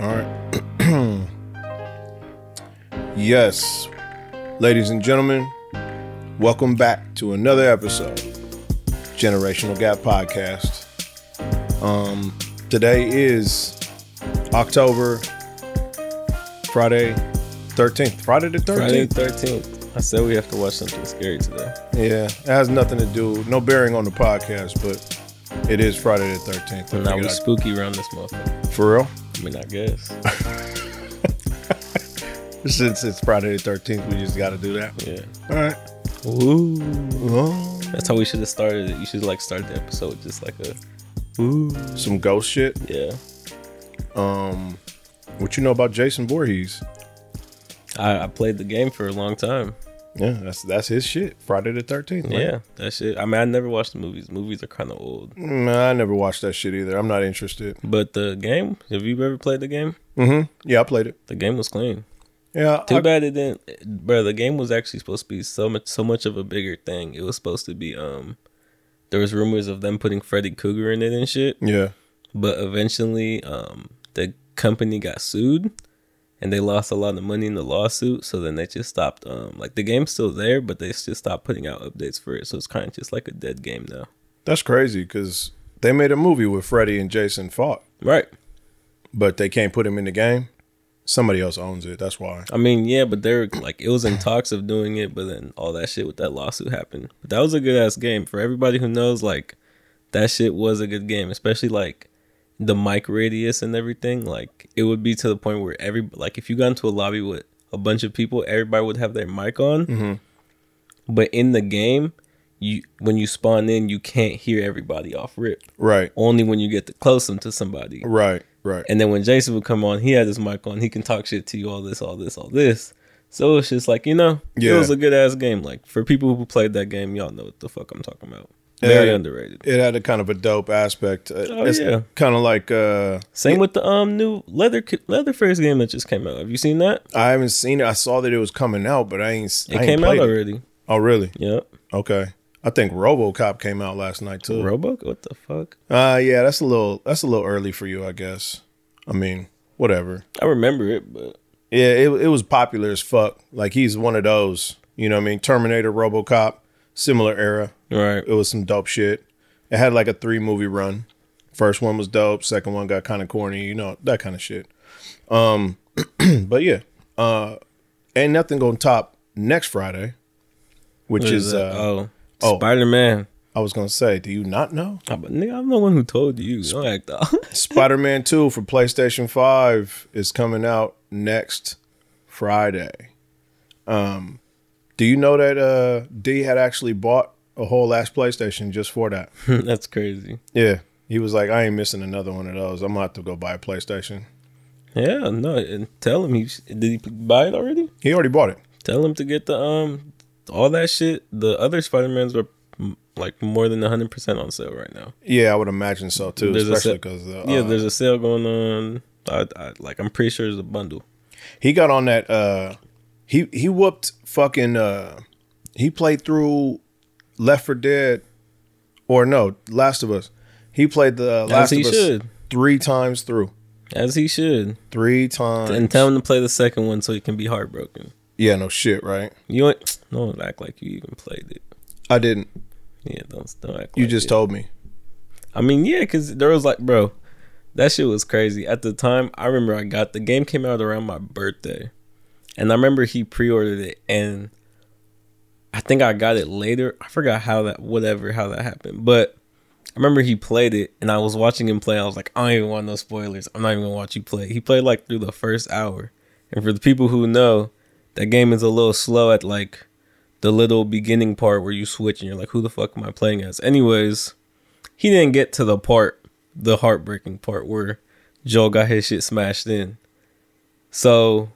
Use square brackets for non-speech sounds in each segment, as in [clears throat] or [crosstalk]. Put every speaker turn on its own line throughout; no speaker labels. All right. [clears throat] yes, ladies and gentlemen, welcome back to another episode, Generational Gap Podcast. Um, today is October Friday, thirteenth. Friday the
Friday
thirteenth.
the 13th. I said we have to watch something scary today.
Yeah, it has nothing to do, no bearing on the podcast, but it is Friday the thirteenth.
Now we spooky around this motherfucker.
For real.
I mean, I guess. [laughs]
Since it's Friday the thirteenth, we just got to do that.
Yeah.
All right.
Ooh.
Well,
That's how we should have started it. You should like start the episode with just like a ooh.
some ghost shit.
Yeah.
Um, what you know about Jason Voorhees?
I, I played the game for a long time.
Yeah, that's that's his shit. Friday the Thirteenth.
Yeah. That shit. I mean, I never watched the movies. Movies are kind of old.
Mm, nah, I never watched that shit either. I'm not interested.
But the game, have you ever played the game?
Mm-hmm. Yeah, I played it.
The game was clean.
Yeah,
Too
I-
bad it didn't, bro. The game was actually supposed to be so much, so much of a bigger thing. It was supposed to be, um, there was rumors of them putting Freddy Cougar in it and shit.
yeah,
but eventually um the company got sued and they lost a lot of money in the lawsuit so then they just stopped um like the game's still there but they just stopped putting out updates for it so it's kind of just like a dead game now
that's crazy because they made a movie where Freddy and Jason fought,
right
but they can't put him in the game. Somebody else owns it. That's why.
i mean yeah but they're like it was in talks of doing it but then all that shit with that lawsuit happened but that was a good ass game for everybody who knows like that shit was a good game especially like the mic radius and everything like it would be to the point where every like if you got into a lobby with a bunch of people everybody would have their mic on but in the game you when you spawn in you can't hear everybody off rip
Right.
only when you get the close them to somebody
Right. Right.
and then when jason would come on he had his mic on he can talk shit to you all this all this all this so it's just like you know
Yeah.
it was a good ass game like for people who played that game y'all know what the fuck i'm talking about
Yeah.
very underrated
it had a kind of a dope aspect.
Oh, yeah.
Kind of like uh,
same with the um new leather leatherface game that just came out have you seen that
I haven't seen it. I saw that it was coming out, but I ain't.
it
I ain't
came out
played it.
already
Oh, really?
yep
Okay. I think RoboCop came out last night too.
robo what the fuck
uh yeah, that's a little that's a little early for you, I guess. I mean, whatever.
i remember it but
Yeah, it it was popular as fuck. Like he's one of those, you know what I mean? Terminator, RoboCop, similar era.
right
It was some dope shit. It had like a three movie run. First one was dope, second one got kind of corny, you know, that kind of shit. Um [clears throat] but yeah. Uh ain't nothing going to top next Friday, which
What
is,
that?
uh,
oh,
oh.
spider-man
I was going to say, do you not know?
Ah, but nigga, I'm the one who told you. Don't act [laughs] out.
Spider Man 2 for PlayStation 5 is coming out next Friday. Um, do you know that uh, D had actually bought a whole last PlayStation just for that?
That's crazy.
Yeah. He was like, I ain't missing another one of those. I'm going to have to go buy a PlayStation.
Yeah, no. And tell him he sh- did he buy it already.
He already bought it.
Tell him to get the um all that shit. The other Spider Mans are mm, like more than 100 percent on sale right now.
Yeah, I would imagine so too,
There's a
especially uh,
se-
because
yeah, there's a sale going on. I, I like I'm pretty sure it's a bundle.
he got on that. Uh, he he whooped fucking. Uh, he played through Left for Dead, or no, Last of Us. He played the uh, Last
he
of Us
should.
three times through.
As he should,
Three times.
and tell him to play the second one so he can be heartbroken.
yeah, no shit, right?
You ain't, don't act like you even played it.
I didn't.
Yeah, don't don't act.
You
like
just
it.
told me.
I mean, yeah, because there was like, bro, that shit was crazy. At the time, I remember I got the game came out around my birthday. And I remember he pre ordered it and I think I got it later. I forgot how that whatever how that happened. But I remember he played it and I was watching him play. I was like, I don't even want no spoilers. I'm not even gonna watch you play. He played like through the first hour. And for the people who know, that game is a little slow at like the little beginning part where you switch and you're like, who the fuck am I playing as? Anyways, he didn't get to the part, the heartbreaking part where Joel got his shit smashed in. So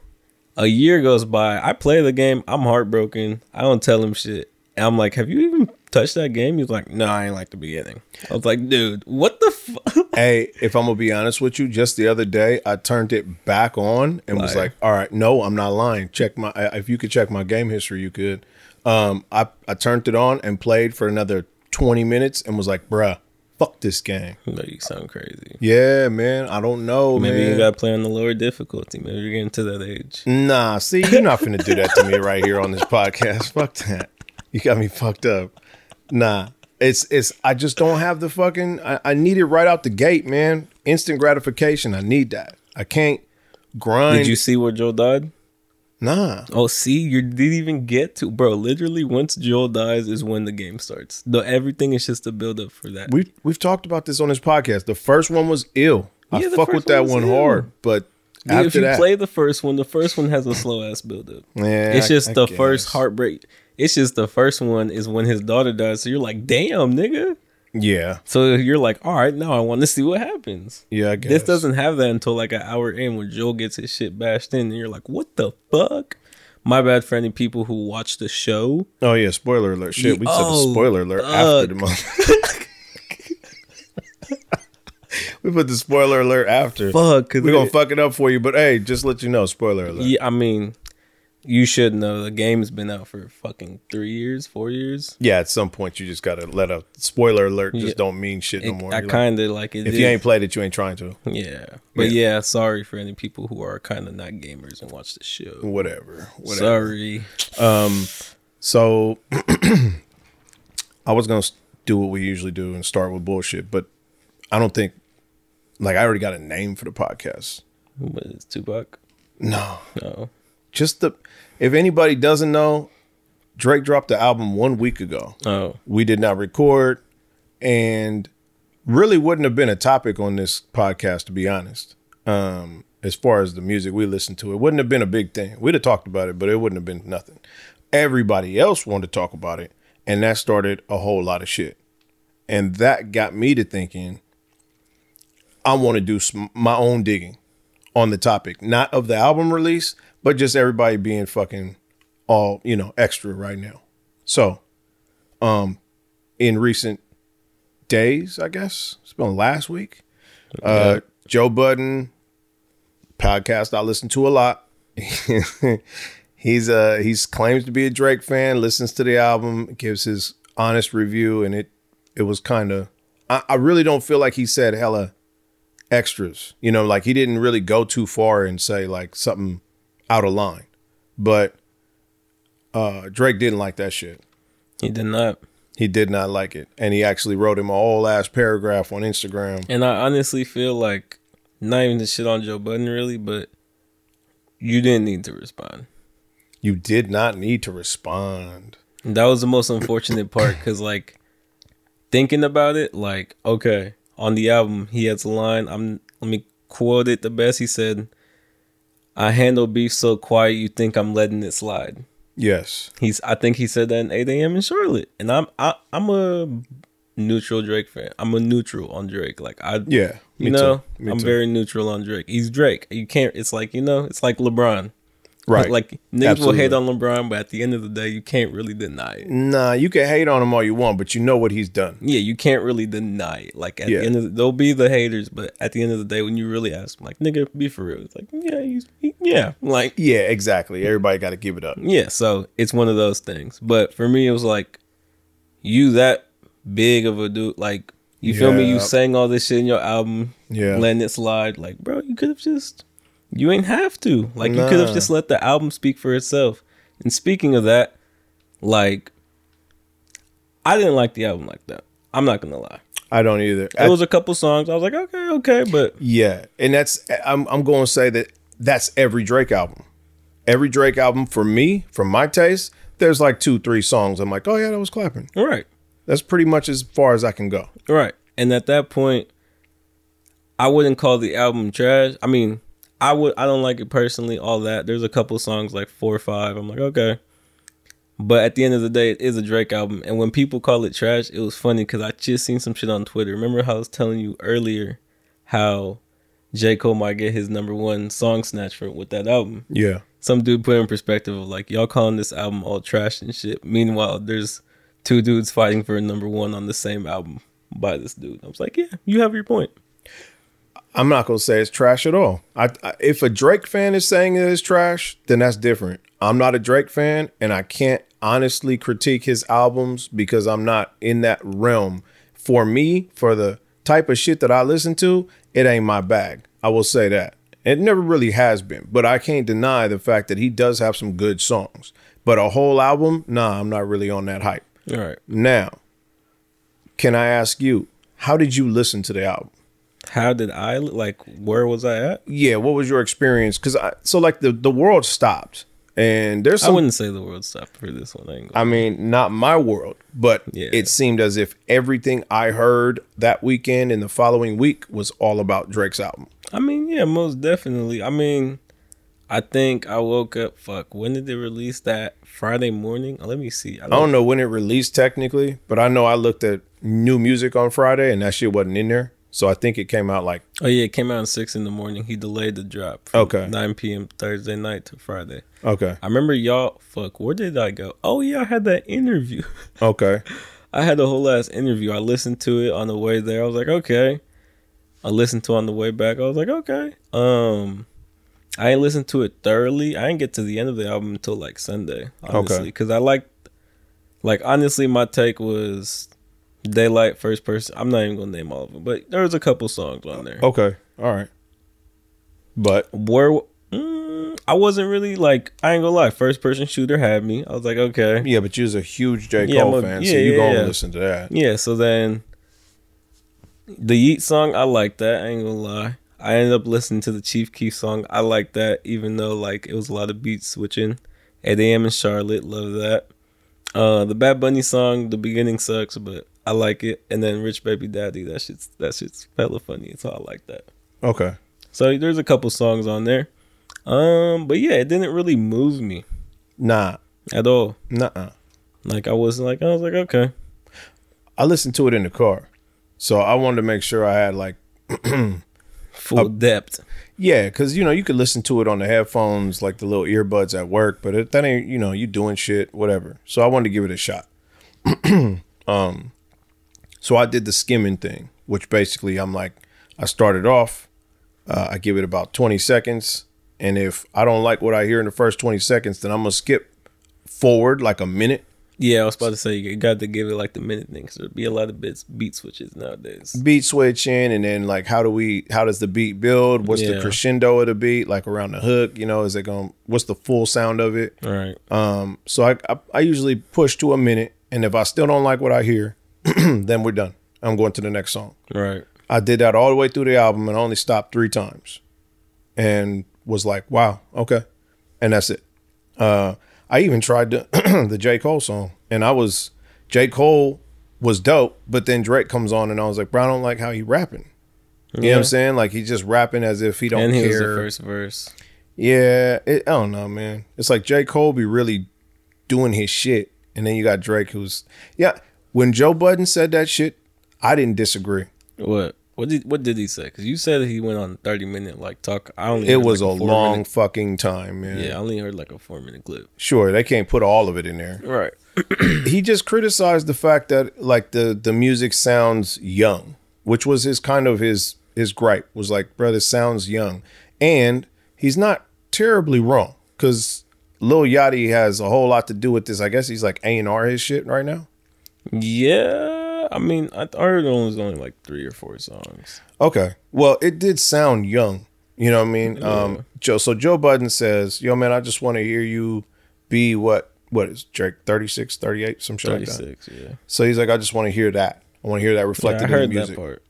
a year goes by. I play the game. I'm heartbroken. I don't tell him shit. And I'm like, have you even touched that game? He's like, no, I ain't like the beginning. I was like, dude, what the [laughs] fuck?
Hey, if I'm gonna be honest with you, just the other day I turned it back on and was
Liar.
like, "All right, no, I'm not lying. Check my I- if you could check my game history, you could." Um, I I turned it on and played for another 20 minutes and was like, "Bruh, fuck this game.
No, you sound crazy.
Yeah, man. I don't know,
Maybe
man.
you got to play on the lower difficulty. Maybe you're getting to that age.
Nah, see, you're not finna do that to me right here on this podcast. Fuck that. You got me fucked up. Nah. It's it's I just don't have the fucking I, I need it right out the gate, man. Instant gratification. I need that. I can't grind.
Did you see where Joel died?
nah.
Oh, see, you didn't even get to, bro. Literally, once Joel dies is when the game starts. Though everything is just a build up for that.
We we've talked about this on this podcast. The first one was ill.
Yeah,
I
the
fuck
first
with that
one was
one
ill.
hard, but
Dude, if
after
you
that,
play the first one, the first one has a slow ass build up.
Yeah,
it's
I-
just
I
the first
guess.
heartbreak. It's just the first one is when his daughter dies. So you're like, damn, nigga.
yeah,
So you're like, all right, now I want to see what happens.
yeah, I guess
This doesn't have that until like an hour in when Joel gets his shit bashed in, and you're like, what the fuck? My bad for any people who watch the show.
Oh yeah, spoiler alert! Shit, we said
Oh,
a spoiler alert after the month. [laughs] we put the spoiler alert after.
Fuck,
We're gonna fuck it up for you, but hey, just let you know, spoiler alert. Yeah,
Yeah, I mean, you should know the game's been out for fucking three years, four years.
at some point you just gotta let a spoiler alert just
Yeah.
don't mean shit no
It-
more.
I
You're like,
kind of like it.
if
is-
you ain't played it, you ain't trying to.
yeah, but yeah. sorry for any people who are kind of not gamers and watch the show.
Whatever. Whatever.
Sorry.
So [clears throat] I was gonna s- do what we usually do and start with bullshit, but I don't think like I already got a name for the podcast.
What is Tupac?
No.
No.
just the if anybody doesn't know drake dropped the album one week ago
Oh,
we did not record and really wouldn't have been a topic on this podcast to be honest um as far as the music we listened to it wouldn't have been a big thing we'd have talked about it but it wouldn't have been nothing everybody else wanted to talk about it and that started a whole lot of shit and that got me to thinking i want to do some, my own digging on the topic not of the album release but just everybody being fucking all you know extra right now so in recent days, I guess. It's been last week. Uh, Joe Budden podcast I listen to a lot. [laughs] he's uh he's claims to be a Drake fan, listens to the album, gives his honest review, and it it was kind of I, I really don't feel like he said hella extras. You know, like he didn't really go too far and say like something out of line. But uh Drake didn't like that shit.
he did not.
He did not like it, and he actually wrote him a whole ass paragraph on Instagram.
And I honestly feel like not even the shit on Joe Budden really, but you didn't need to respond.
You did not need to respond.
That was the most unfortunate part because, like, thinking about it, like, okay, on the album, he has a line. I'm let me quote it the best. He said, "I handle beef so quiet, you think I'm letting it slide."
Yes,
He's, I think he said that in 8 a.m. in Charlotte, and I'm, I, I'm a neutral Drake fan. I'm a neutral on Drake. Like, I,
yeah, me
you know,
too. Me
I'm
too.
very neutral on Drake. He's Drake. You can't. It's like you know, it's like LeBron.
right. Like,
Like niggas will hate
Absolutely.
on LeBron, but at the end of the day, you can't really deny it.
nah, you can hate on him all you want, but you know what he's done.
Yeah, you can't really deny it. Like at
Yeah.
the end of the, there'll be the haters, but at the end of the day, when you really ask, them, like nigga, be for real. It's like yeah, he's, he- yeah, like
Yeah, exactly. Everybody got to give it up.
yeah. So it's one of those things. But for me, it was like you that big of a dude. Like you feel me?
Yeah.
You sang all this shit in your album.
Yeah.
letting it slide. Like, bro, you could have just, you ain't have to. Like, you could
Nah.
have just let the album speak for itself. And speaking of that, like, I didn't like the album like that. I'm not gonna lie.
I don't either.
It was a couple songs. I was like, okay, okay, but
Yeah, and that's I'm I'm going to say that that's every Drake album. Every Drake album for me, from my taste, there's like two, three songs. I'm like, oh yeah, that was clapping.
all right,
That's pretty much as far as I can go.
all right. And at that point, I wouldn't call the album trash. I mean, I would. I don't like it personally. All that. There's a couple songs like four or five. I'm like, okay. But at the end of the day, it is a Drake album. And when people call it trash, it was funny because I just seen some shit on Twitter. Remember how I was telling you earlier how J. Cole might get his number one song snatch for with that album?
Yeah,
Some dude put in perspective of like, y'all calling this album all trash and shit. Meanwhile, there's two dudes fighting for a number one on the same album by this dude. I was like, yeah, you have your point.
I'm not gonna say it's trash at all. I, I if a Drake fan is saying it is trash, then that's different. I'm not a Drake fan, and I can't honestly critique his albums because I'm not in that realm. for me, for the type of shit that I listen to, it ain't my bag. I will say that. It never really has been, but I can't deny the fact that he does have some good songs. But a whole album, nah, I'm not really on that hype.
All right.
Now, can I ask you, how did you listen to the album?
How did I look? Like, where was I at?
Yeah, what was your experience? Because I so like the the world stopped, and there's
I
some.
wouldn't say the world stopped for this one angle.
I mean, not my world, but
Yeah.
it seemed as if everything I heard that weekend and the following week was all about Drake's album.
I mean, yeah, most definitely. I mean, I think I woke up. Fuck, when did they release that? Friday morning. Oh, Let me see.
I don't know when it released technically, but I know I looked at new music on Friday and that shit wasn't in there. So I think it came out like
Oh yeah, it came out at six in the morning. He delayed the drop. from
Okay.
Nine p.m. Thursday night to Friday.
okay,
I remember y'all. Fuck, where did I go? Oh yeah, I had that interview. [laughs]
okay,
I had a whole ass interview. I listened to it on the way there. I was like, okay. I listened to it on the way back. I was like, okay. Um, I ain't listened to it thoroughly. I didn't get to the end of the album until like Sunday, honestly,
Okay.
because I liked, like, honestly, my take was Daylight, First Person. I'm not even gonna name all of them, but there was a couple songs on there.
okay, all right. But
Where mm, I wasn't really like, I ain't gonna lie. First Person Shooter had me. I was like, okay.
yeah, but you was a huge J
Yeah,
Cole
I'm a-
fan, so
yeah,
you
yeah,
gonna
yeah.
listen to that?
Yeah, so then the Yeet song, I like that. I ain't gonna lie. I ended up listening to the Chief Keef song. I like that, even though like it was a lot of beat switching. 8 a.m. in Charlotte, love that. Uh, the Bad Bunny song, the beginning sucks, but I like it. And then Rich Baby Daddy, that shit's that shit's hella funny. So I like that.
Okay,
So there's a couple songs on there. Um, but yeah, it didn't really move me
nah,
at all.
nah.
Like I wasn't like I was like okay,
I listened to it in the car, so I wanted to make sure I had like
full depth.
yeah, because you know you could listen to it on the headphones, like the little earbuds at work, but it, that ain't you know you doing shit, whatever. So I wanted to give it a shot. [clears throat] um, so I did the skimming thing, which basically I'm like, I started off, uh, I give it about 20 seconds, and if I don't like what I hear in the first 20 seconds, then I'm gonna skip forward like a minute.
Yeah, I was about to say you got to give it like the minute thing because there'd be a lot of bits beat switches nowadays.
beat switch in and then like how do we how does the beat build what's the
Yeah.
crescendo of the beat like around the hook you know is it going to what's the full sound of it
All right.
um so I, I i usually push to a minute and if i still don't like what i hear [clears throat] then we're done i'm going to the next song
Right.
i did that all the way through the album and I only stopped three times and was like wow okay and that's it uh i even tried [clears throat] the, the j cole song and i was j cole was dope but then drake comes on and i was like bro i don't like how he rapping you know what I'm saying? Like he's just rapping as if he don't
And he was the
care.
first verse.
Yeah, it, I don't know, man. It's like J. Cole be really doing his shit, and then you got Drake, who's yeah. When Joe Budden said that shit, I didn't disagree.
What? What did what did he say? Because you said he went on thirty minute like talk. I only
It
heard,
was
like,
a
four
long
minute-
fucking time, man.
yeah, I only heard like a four minute clip.
Sure, they can't put all of it in
[clears throat]
there.
Right.
He just criticized the fact that like the the music sounds young, which was his kind of his his gripe was like, bro, this sounds young, and he's not terribly wrong because Lil Yachty has a whole lot to do with this. I guess he's like A and R his shit right now.
Yeah. I mean, I, I heard it was only like three or four songs.
Okay. Well, it did sound young. You know what I mean? Um Joe so Joe Budden says, "Yo man, I just want to hear you be what what is Drake 36, 38, some shit
Thirty
like that."
six. Yeah.
So he's like, "I just want to hear that. I want to hear that
Like
reflected
I
in
heard
the
that
music."
part.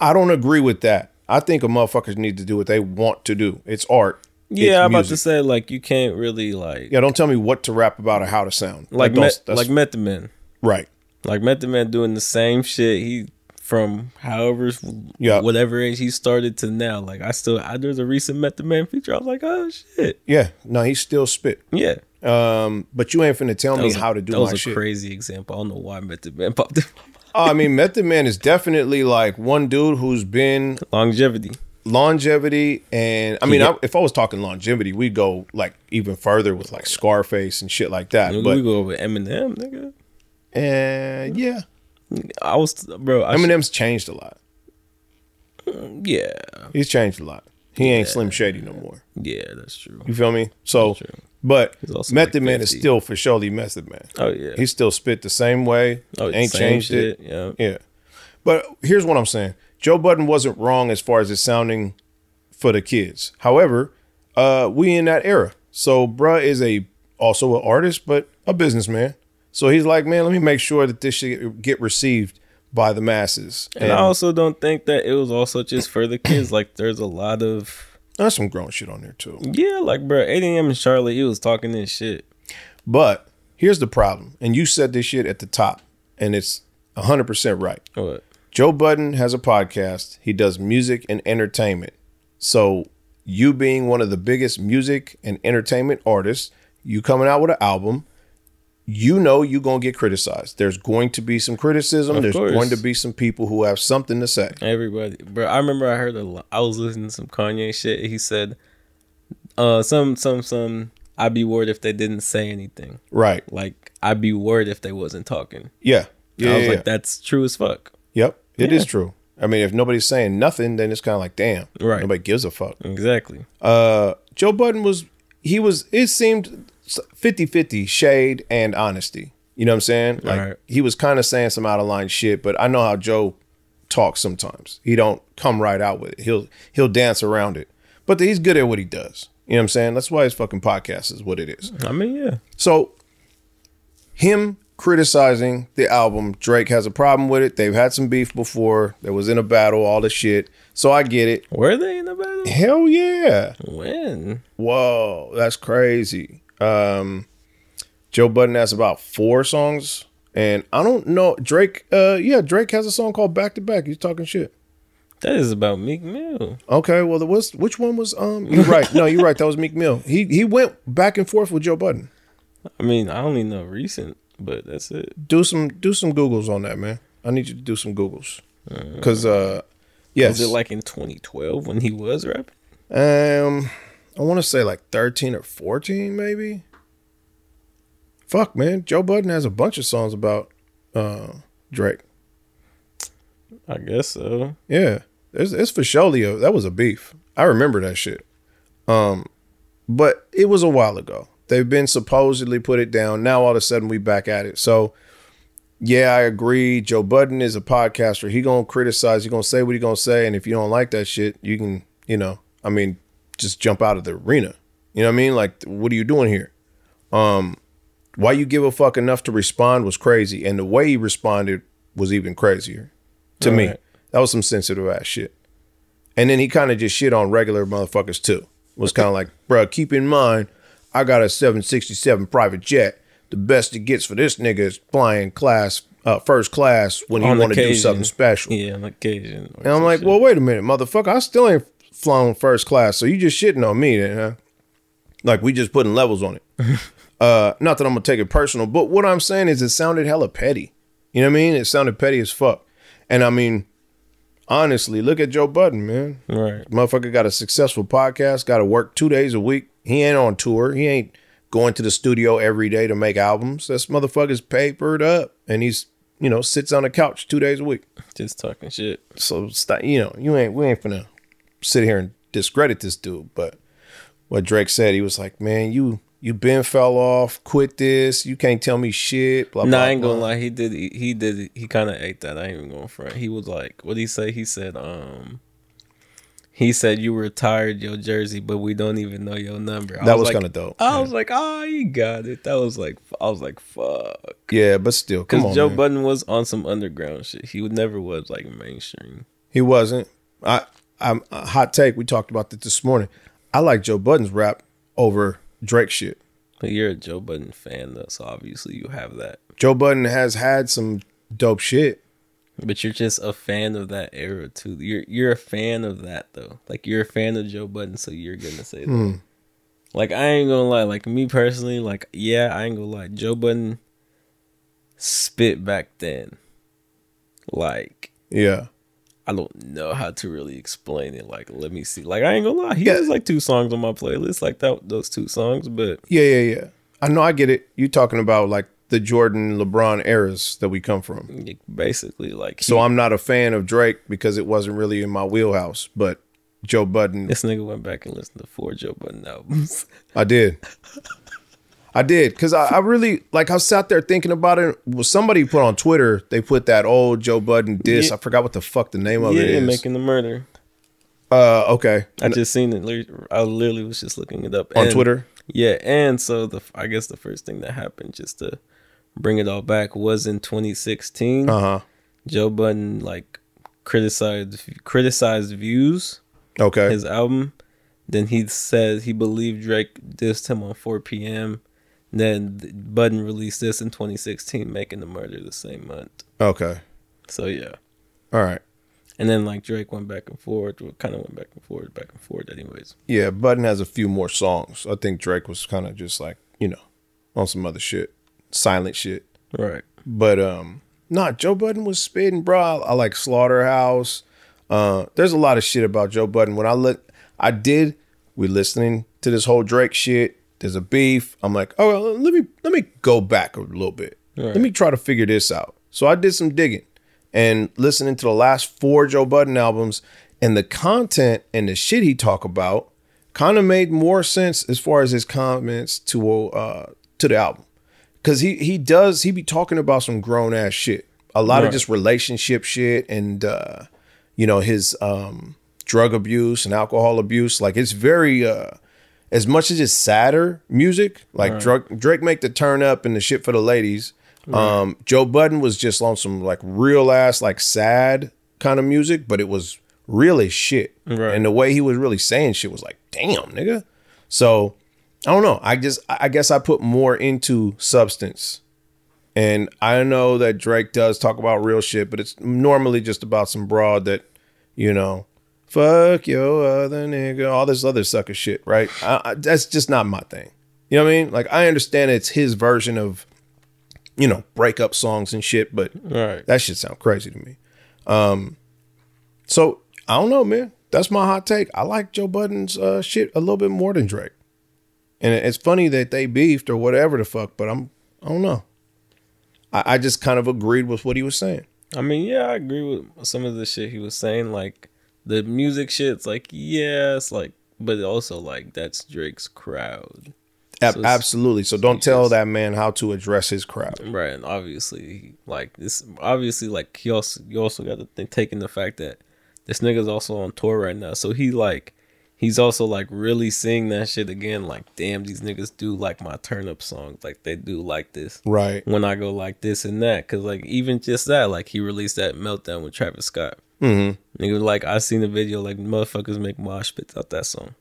I don't agree with that. I think a motherfuckers need to do what they want to do. It's art.
Yeah,
It's
I'm about
music.
to say like you can't really like
Yeah, don't tell me what to rap about or how to sound.
like
That don't-
met,
that's
like Method Man.
right.
Like Method Man doing the same shit he from however
Yeah.
whatever age he started to now. Like I still I, there's a recent Method Man feature. I was like, oh shit,
Yeah. No, he still spit.
yeah.
Um, but you ain't finna tell me
a-
how to do
that
my
was a
shit.
crazy example. I don't know why Method Man [laughs] popped in my mind.
Oh, I mean, Method Man is definitely like one dude who's been
Longevity.
longevity, and I mean,
Yeah.
I, if I was talking longevity, we'd go like even further with like Scarface and shit like that.
Nigga,
But
we go over Eminem, nigga.
uh, yeah,
I was bro. I
Eminem's changed a lot.
should- yeah,
He's changed a lot. He ain't Slim Shady no more.
yeah, that's true.
You feel me? So,
true.
but
He's also,
Method
like,
Man is
50.
still for surely Method Man.
Oh yeah,
He still spit the same way.
oh,
ain't
same
changed it.
shit, Yeah,
Yeah. But here's what I'm saying: Joe Budden wasn't wrong as far as it sounding for the kids. However, uh, we in that era, so bruh is a also an artist, but a businessman. So he's like, man, let me make sure that this should get received by the masses.
And, I also don't think that it was also just for the kids. Like, there's a lot of
there's some grown shit on there too.
yeah, like bro, 8 a.m. in Charlotte, he was talking this shit.
But here's the problem, and you said this shit at the top, and it's 100 percent right.
What?
Joe Budden has a podcast. He does music and entertainment. So, you being one of the biggest music and entertainment artists, you coming out with an album, you know you're going to get criticized. There's going to be some criticism.
Of
There's
course.
going to be some people who have something to say.
Everybody, bro. I remember I heard a lot. I was listening to some Kanye shit. He said, "Uh, some, some, some. I'd be worried if they didn't say anything.
Right.
Like, I'd be worried if they wasn't talking."
Yeah. Yeah.
I was
yeah, yeah.
like, "That's true as fuck."
yep. It is
Yeah.
true. I mean, if nobody's saying nothing, then it's kind of like, damn.
Right.
Nobody gives a fuck.
Exactly.
Uh, Joe Budden was, he was, it seemed 50 50 shade and honesty. You know what I'm saying? Like,
Right.
he was kind of saying some out of line shit, but I know how Joe talks sometimes. He don't come right out with it. He'll he'll dance around it. But he's good at what he does. You know what I'm saying? That's why his fucking podcast is what it is.
I mean, yeah.
So him criticizing the album, Drake has a problem with it. They've had some beef before. They was in a battle, all this shit. So I get it.
Were they in the battle?
Hell yeah.
When?
Whoa, that's crazy. Um, Joe Budden has about four songs, and I don't know Drake. Uh, yeah, Drake has a song called "Back to Back." He's talking shit.
That is about Meek Mill.
Okay, well, the was which one was um? You're right. No, you're right. That was Meek Mill. He he went back and forth with Joe Budden.
I mean, I only know recent, but that's it.
Do some do some googles on that, man. I need you to do some googles because uh, yes,
Was it like in 2012 when he was rapping?
Um, I want to say like thirteen or fourteen, maybe. Fuck, man. Joe Budden has a bunch of songs about uh, Drake.
I guess so.
Yeah, it's, it's for Sholio. That was a beef. I remember that shit. Um, but it was a while ago. They've been supposedly put it down. Now all of a sudden we back at it. So yeah, I agree. Joe Budden is a podcaster. He gonna criticize. He gonna say what he gonna say. And if you don't like that shit, you can you know I mean just jump out of the arena. You know what I mean? Like what are you doing here? Um, why you give a fuck enough to respond was crazy, and the way he responded was even crazier to me.
Right.
That was some sensitive ass shit. And then he kind of just shit on regular motherfuckers too. Was kind of like, bruh, keep in mind, I got a 767 private jet. The best it gets for this nigga is flying class, uh, first class when you
On
want to do
occasion.
something special.
Yeah, on occasion.
And I'm like, well, wait a minute, motherfucker, I still ain't flown first class, so you just shitting on me then, huh? Like we just putting levels on it. uh, not that I'm gonna take it personal, but what I'm saying is it sounded hella petty. You know what I mean? It sounded petty as fuck. And I mean, honestly, look at Joe Budden, man.
right.
Motherfucker got a successful podcast, got to work two days a week. He ain't on tour. He ain't going to the studio every day to make albums. This motherfucker's papered up and he's, you know, sits on the couch two days a week.
Just talking shit.
So stop, you know, you ain't we ain't finna sit here and discredit this dude. But what Drake said, he was like, Man, you you been fell off, quit this, you can't tell me shit, blah
Nah,
blah
I ain't
blah.
gonna lie. He did. He did. He kind of ate that. I ain't even gonna front. He was like, "What he say?" He said, "Um." He said you retired your jersey, but we don't even know your number. I
that was
like,
kinda dope.
I was like, "Oh, you got it." That was like, I was like, "Fuck,"
yeah, but still, come
because
on.
Joe
man.
Budden was on some underground shit. He would never was like mainstream.
He wasn't. I I'm a hot take. We talked about this this morning. I like Joe Budden's rap over Drake shit.
But you're a Joe Budden fan, though, so obviously you have that.
Joe Budden has had some dope shit.
But you're just a fan of that era too. You're you're a fan of that though. Like you're a fan of Joe Budden, so you're gonna say that.
Hmm.
Like I ain't gonna lie. Like me personally, like yeah, I ain't gonna lie. Joe Budden spit back then. Like
Yeah.
I don't know how to really explain it. Like let me see. Like I ain't gonna lie. He
Yeah.
has like two songs on my playlist. Like that those two songs. But
Yeah, yeah, yeah. I know I get it. You talking about like the Jordan LeBron eras that we come from.
basically, like he-
So I'm not a fan of Drake because it wasn't really in my wheelhouse. But Joe Budden,
this nigga went back and listened to four Joe Budden albums.
I did. I did because I, I really like I sat there thinking about it. Well, somebody put on Twitter they put that old Joe Budden diss.
Yeah.
I forgot what the fuck the name of it
[laughs] yeah,
is.
making the murder.
uh, okay,
I just seen it. lit- I literally was just looking it up
on
And-
Twitter.
Yeah, and so the I guess the first thing that happened, just to bring it all back, was in 2016.
Uh huh.
Joe Budden like criticized criticized views
Okay.
his album. Then he said he believed Drake dissed him on 4 p.m. Then th- Budden released this in 2016, making the murder the same month.
okay.
So yeah,
All right.
and then like Drake went back and forth, well, kind of went back and forth, back and forth. Anyways,
Yeah, Budden has a few more songs. I think Drake was kind of just like you know on some other shit, silent shit.
right?
But um, nah, Joe Budden was spitting, bro. I, I like Slaughterhouse. Uh, there's a lot of shit about Joe Budden. When I look, I did. We listening to this whole Drake shit. There's a beef. I'm like, oh, well, let me let me go back a little bit. Let me try to figure this out. So I did some digging and listening to the last four Joe Budden albums and the content and the shit he talk about kind of made more sense as far as his comments to uh to the album because he he does he be talking about some grown ass shit a lot of
Right.
just relationship shit and uh you know his um drug abuse and alcohol abuse like it's very uh as much as it's sadder music like drug, drake make the turn up and the shit for the ladies um joe budden was just on some like real ass like sad kind of music but it was real as shit
Right.
and the way he was really saying shit was like damn nigga so I don't know. I just I guess I put more into substance. And I know that Drake does talk about real shit, but it's normally just about some broad that, you know, fuck your other nigga, all this other sucker shit, right? I, I, that's just not my thing. You know what I mean? Like I understand it's his version of, you know, breakup songs and shit, but
Right.
that shit sound crazy to me. Um, so I don't know, man. That's my hot take. I like Joe Budden's uh, shit a little bit more than Drake, and it- it's funny that they beefed or whatever the fuck. But I'm, I don't know. I, I just kind of agreed with what he was saying.
I mean, yeah, I agree with some of the shit he was saying. Like the music shit's like, yeah, it's like, but also like that's Drake's crowd,
Ab-
So it's-
absolutely. So don't tell that man how to address his crowd.
right? And obviously, like this, obviously, like he also you also got to think, take in the fact that this nigga's also on tour right now, so he like he's also like really seeing that shit again. Like, damn, these niggas do like my turn up songs, like they do like this.
Right.
when I go like this and that. Cause like even just that, like he released that meltdown with Travis Scott. Mm-hmm. Nigga, like I seen the video, like motherfuckers make mosh pits out that song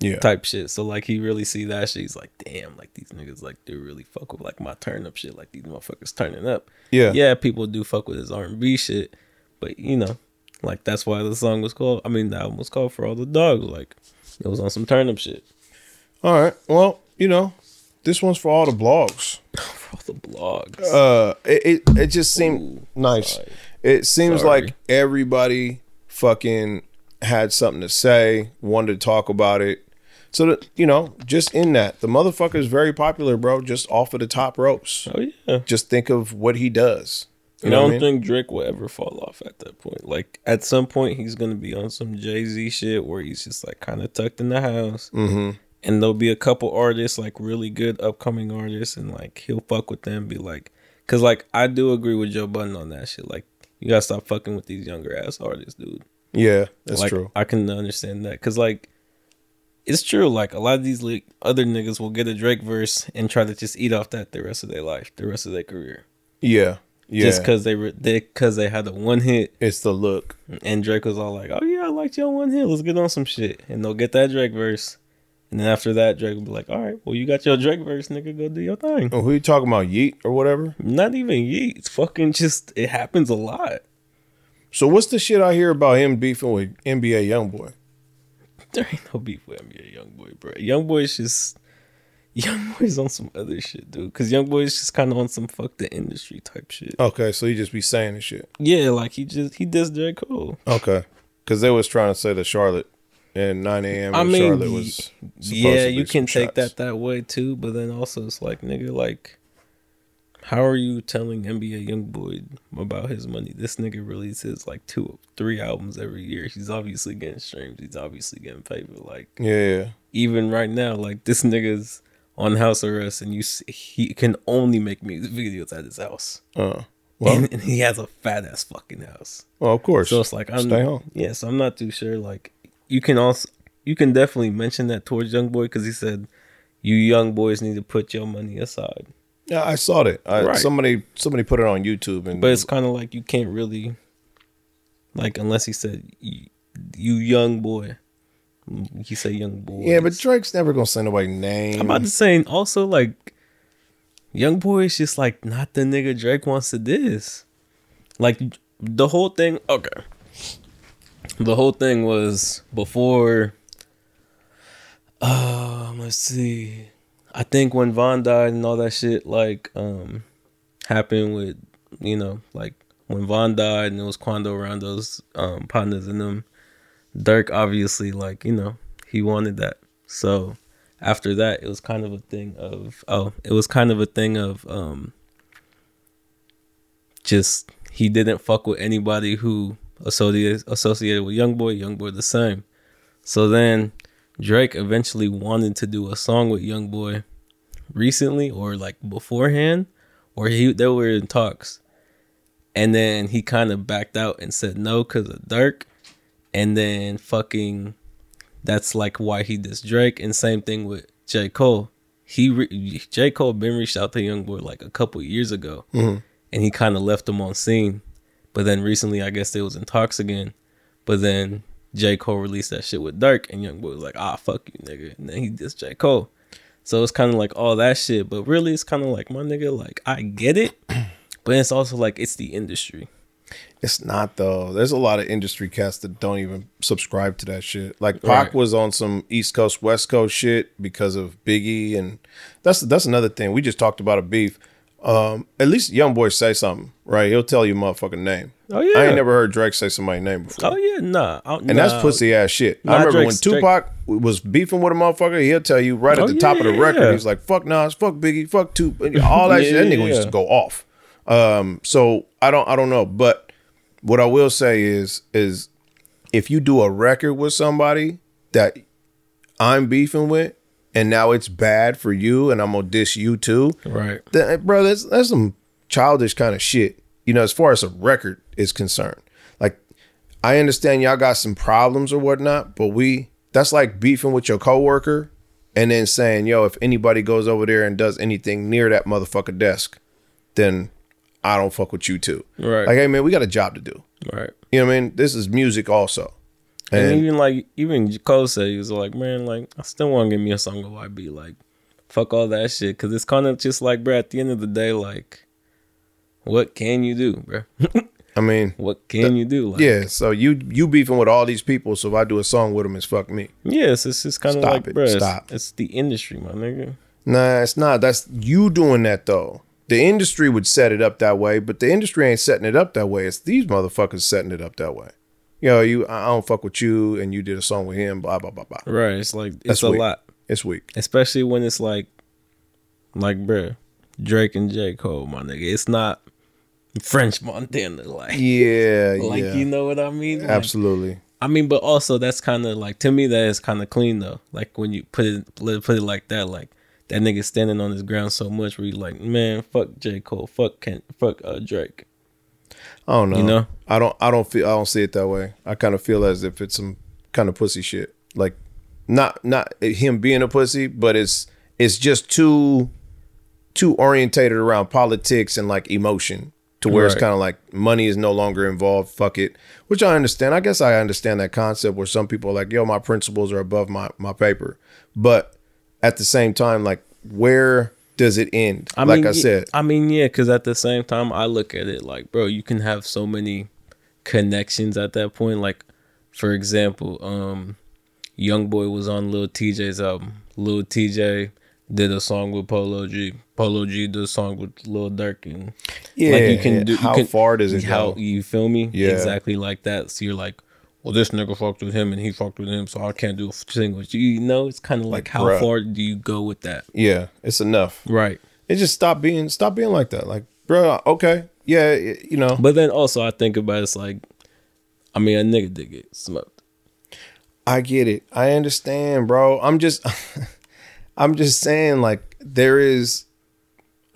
Yeah.
type shit. So like he really see that shit. He's like, damn, like these niggas like they really fuck with like my turn up shit. Like these motherfuckers turning up.
Yeah.
yeah, people do fuck with his R and B shit, but you know, like that's why the song was called. I mean, the album was called for all the dogs. Like it was on some turn up shit.
All right. Well, you know, this one's for all the blogs.
For all the blogs.
uh it it, it just seemed
Ooh,
nice it seems
Sorry.
like everybody fucking had something to say wanted to talk about it so that you know just in that the motherfucker is very popular bro just off of the top ropes
oh yeah.
just think of what he does you
And
know
I
what
don't
I mean?
think Drake will ever fall off at that point. Like at some point, he's gonna be on some Jay Z shit where he's just like kind of tucked in the house,
Mhm.
and there'll be a couple artists like really good upcoming artists, and like he'll fuck with them, be like, because like I do agree with Joe Budden on that shit. Like you gotta stop fucking with these younger ass artists, dude.
yeah that's
like,
true
I can understand that because like it's true. Like a lot of these like, other niggas will get a Drake verse and try to just eat off that the rest of their life, the rest of their career.
yeah yeah
Just because they were they because they had a one hit
it's the look
and Drake was all like, "Oh yeah, I liked your one hit. Let's get on some shit." And they'll get that Drake verse, and then after that, Drake will be like, "All right, well you got your Drake verse, nigga. Go do your thing."
Oh, who you talking about yeet or whatever
Not even Yeet. It's fucking just it happens a lot. [laughs]
so what's the shit i hear about him beefing with nba youngboy
There ain't no beef with him, yeah, young boy, bro. Young boy's just young boy's on some other shit, dude. Cause young boy's just kind of on some fuck the industry type shit.
okay so he just be saying this shit
Yeah, like he just he dissed J Cole.
Okay, because they was trying to say that Charlotte and 9 a.m.
I
in
mean,
Charlotte was supposed
yeah,
to be
you
some
can take
shots.
that that way too, but then also it's like, nigga, like, how are you telling NBA YoungBoy about his money? This nigga releases like two, three albums every year. He's obviously getting streams. He's obviously getting paid. But like,
Yeah, yeah.
even right now, like this nigga's on house arrest, and you s he can only make music videos at his house,
Uh, well,
[laughs] and, and he has a fat ass fucking house.
well, of course.
So it's like I'm
Stay home.
Yeah, so I'm not too sure. Like you can also you can definitely mention that towards young boy because he said you young boys need to put your money aside.
Yeah, I saw that. I,
Right.
Somebody, somebody put it on YouTube, and
But it's kind of like you can't really like unless he said you, you young boy. Mm, He said young boy.
yeah, but Drake's never gonna say nobody name.
I'm about to say also like young boy is just like not the nigga Drake wants to diss. Like the whole thing okay. The whole thing was before um let's see. I think when Von died and all that shit like um happened with you know, like when Von died and it was Quando Rondo's um partners in them, Dirk obviously like, you know, he wanted that. So after that it was kind of a thing of oh it was kind of a thing of um just he didn't fuck with anybody who associated associated with young boy young boy the same so then drake eventually wanted to do a song with young boy recently or like beforehand or he they were in talks and then he kind of backed out and said no because of dirk and then fucking that's like why he dissed Drake. And same thing with J. Cole. He re- J. Cole been reached out to YoungBoy like a couple years ago,
Mm-hmm.
and he kind of left him on scene. But then recently, I guess they was in talks again. But then J. Cole released that shit with Dirk, and YoungBoy was like, "Ah, fuck you, nigga." And then he dissed J. Cole. So it's kind of like all that shit. But really, it's kind of like my nigga. Like I get it, [clears throat] but it's also like it's the industry.
It's not though. There's a lot of industry cats that don't even subscribe to that shit. Like Pac
Right.
was on some East Coast West Coast shit because of Biggie, and that's that's another thing. We just talked about a beef. Um, at least young boy say something, right? He'll tell you motherfucking name.
Oh, yeah.
I ain't never heard Drake say somebody's name before.
Oh yeah, nah, I-
And
nah.
that's pussy ass shit. I
Nah,
remember
Drake's-
when
Drake-
Tupac was beefing with a motherfucker, he'll tell you right at
Oh,
the top of the
yeah,
record,
yeah.
he's like, fuck Nas, fuck Biggie, fuck Tupac, all that
Yeah,
shit. That nigga
yeah,
would
yeah.
just go off. Um, so I don't I don't know. But what I will say is is if you do a record with somebody that I'm beefing with and now it's bad for you and I'm gonna diss you too,
Right.
that, eh, bro, that's that's some childish kind of shit. You know, as far as a record is concerned, like I understand y'all got some problems or whatnot, but we that's like beefing with your coworker and then saying, "Yo, if anybody goes over there and does anything near that motherfucker desk, then I don't fuck with you too."
Right.
Like, hey man, we got a job to do.
Right.
You know what I mean? This is music also.
And,
And
even like even Cole said he was like, man, like I still want to give me a song of YB, like fuck all that shit, because it's kind of just like, bro. At the end of the day, like, what can you do, bro?
I mean,
[laughs] what can you do? Like,
yeah, so you you beefing with all these people, so if I do a song with them, it's fuck me.
yes, it's just kind of
Stop
like,
it.
bro, it's,
Stop.
it's the industry, my nigga.
Nah, it's not. That's you doing that though. The industry would set it up that way, but the industry ain't setting it up that way. It's these motherfuckers setting it up that way. You know, you I I don't fuck with you, and you did a song with him. Blah blah blah blah.
Right. It's like it's
That's
a
weak.
lot,
It's weak.
especially when it's like, like, bro, Drake and J Cole, my nigga. It's not French Montana, [laughs] like,
Yeah,
like
yeah,
you know what I mean? Like,
absolutely.
I mean, but also that's kind of like to me that is kind of clean though. Like when you put it put it put it like that, like that nigga standing on his ground so much where you like, man, fuck J Cole, fuck Kent, fuck uh, Drake.
I don't know.
You know?
I don't. I don't feel. I don't see it that way. I kind of feel as if it's some kind of pussy shit. Like, not not him being a pussy, but it's it's just too too orientated around politics and like emotion to where it's
Right.
kind of like money is no longer involved. Fuck it, which I understand. I guess I understand that concept where some people are like, yo, my principles are above my my paper, but at the same time, like, where does it end?
I
like
mean,
I
ye-
said,
I mean, yeah, because at the same time, I look at it like, bro, you can have so many connections at that point. Like, for example, um, Young Boy was on Lil TJ's album. Lil TJ did a song with Polo G. Polo G did a song with Lil Durk and
yeah,
like you can do. you
how
can-
far does it
how,
go?
You feel me?
Yeah.
exactly like that. So you're like, well, this nigga fucked with him, and he fucked with him, so I can't do a thing with you. You know, it's kind of like, how
bruh.
far do you go with that?
Yeah, it's enough.
Right.
It just stop being stop being like that. Like, bro, okay, yeah, it- you know.
But then also, I think about it's like, I mean, a nigga did get smoked.
[laughs] I get it. I understand, bro. I'm just I'm just saying like there is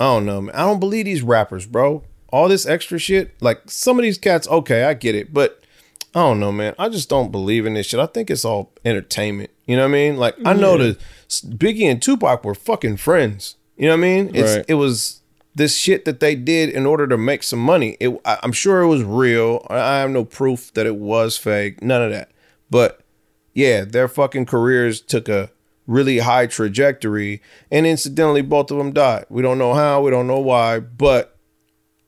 I don't know, man. I don't believe these rappers, bro. All this extra shit, like some of these cats, okay, I get it, but I don't know, man. I just don't believe in this shit. I think it's all entertainment. You know what I mean? Like I know the Biggie and Tupac were fucking friends. You know what I mean? It's
Right.
it was this shit that they did in order to make some money. It I, I'm sure it was real. I, I have no proof that it was fake. None of that. But yeah, their fucking careers took a really high trajectory. And incidentally, both of them died. We don't know how, we don't know why, but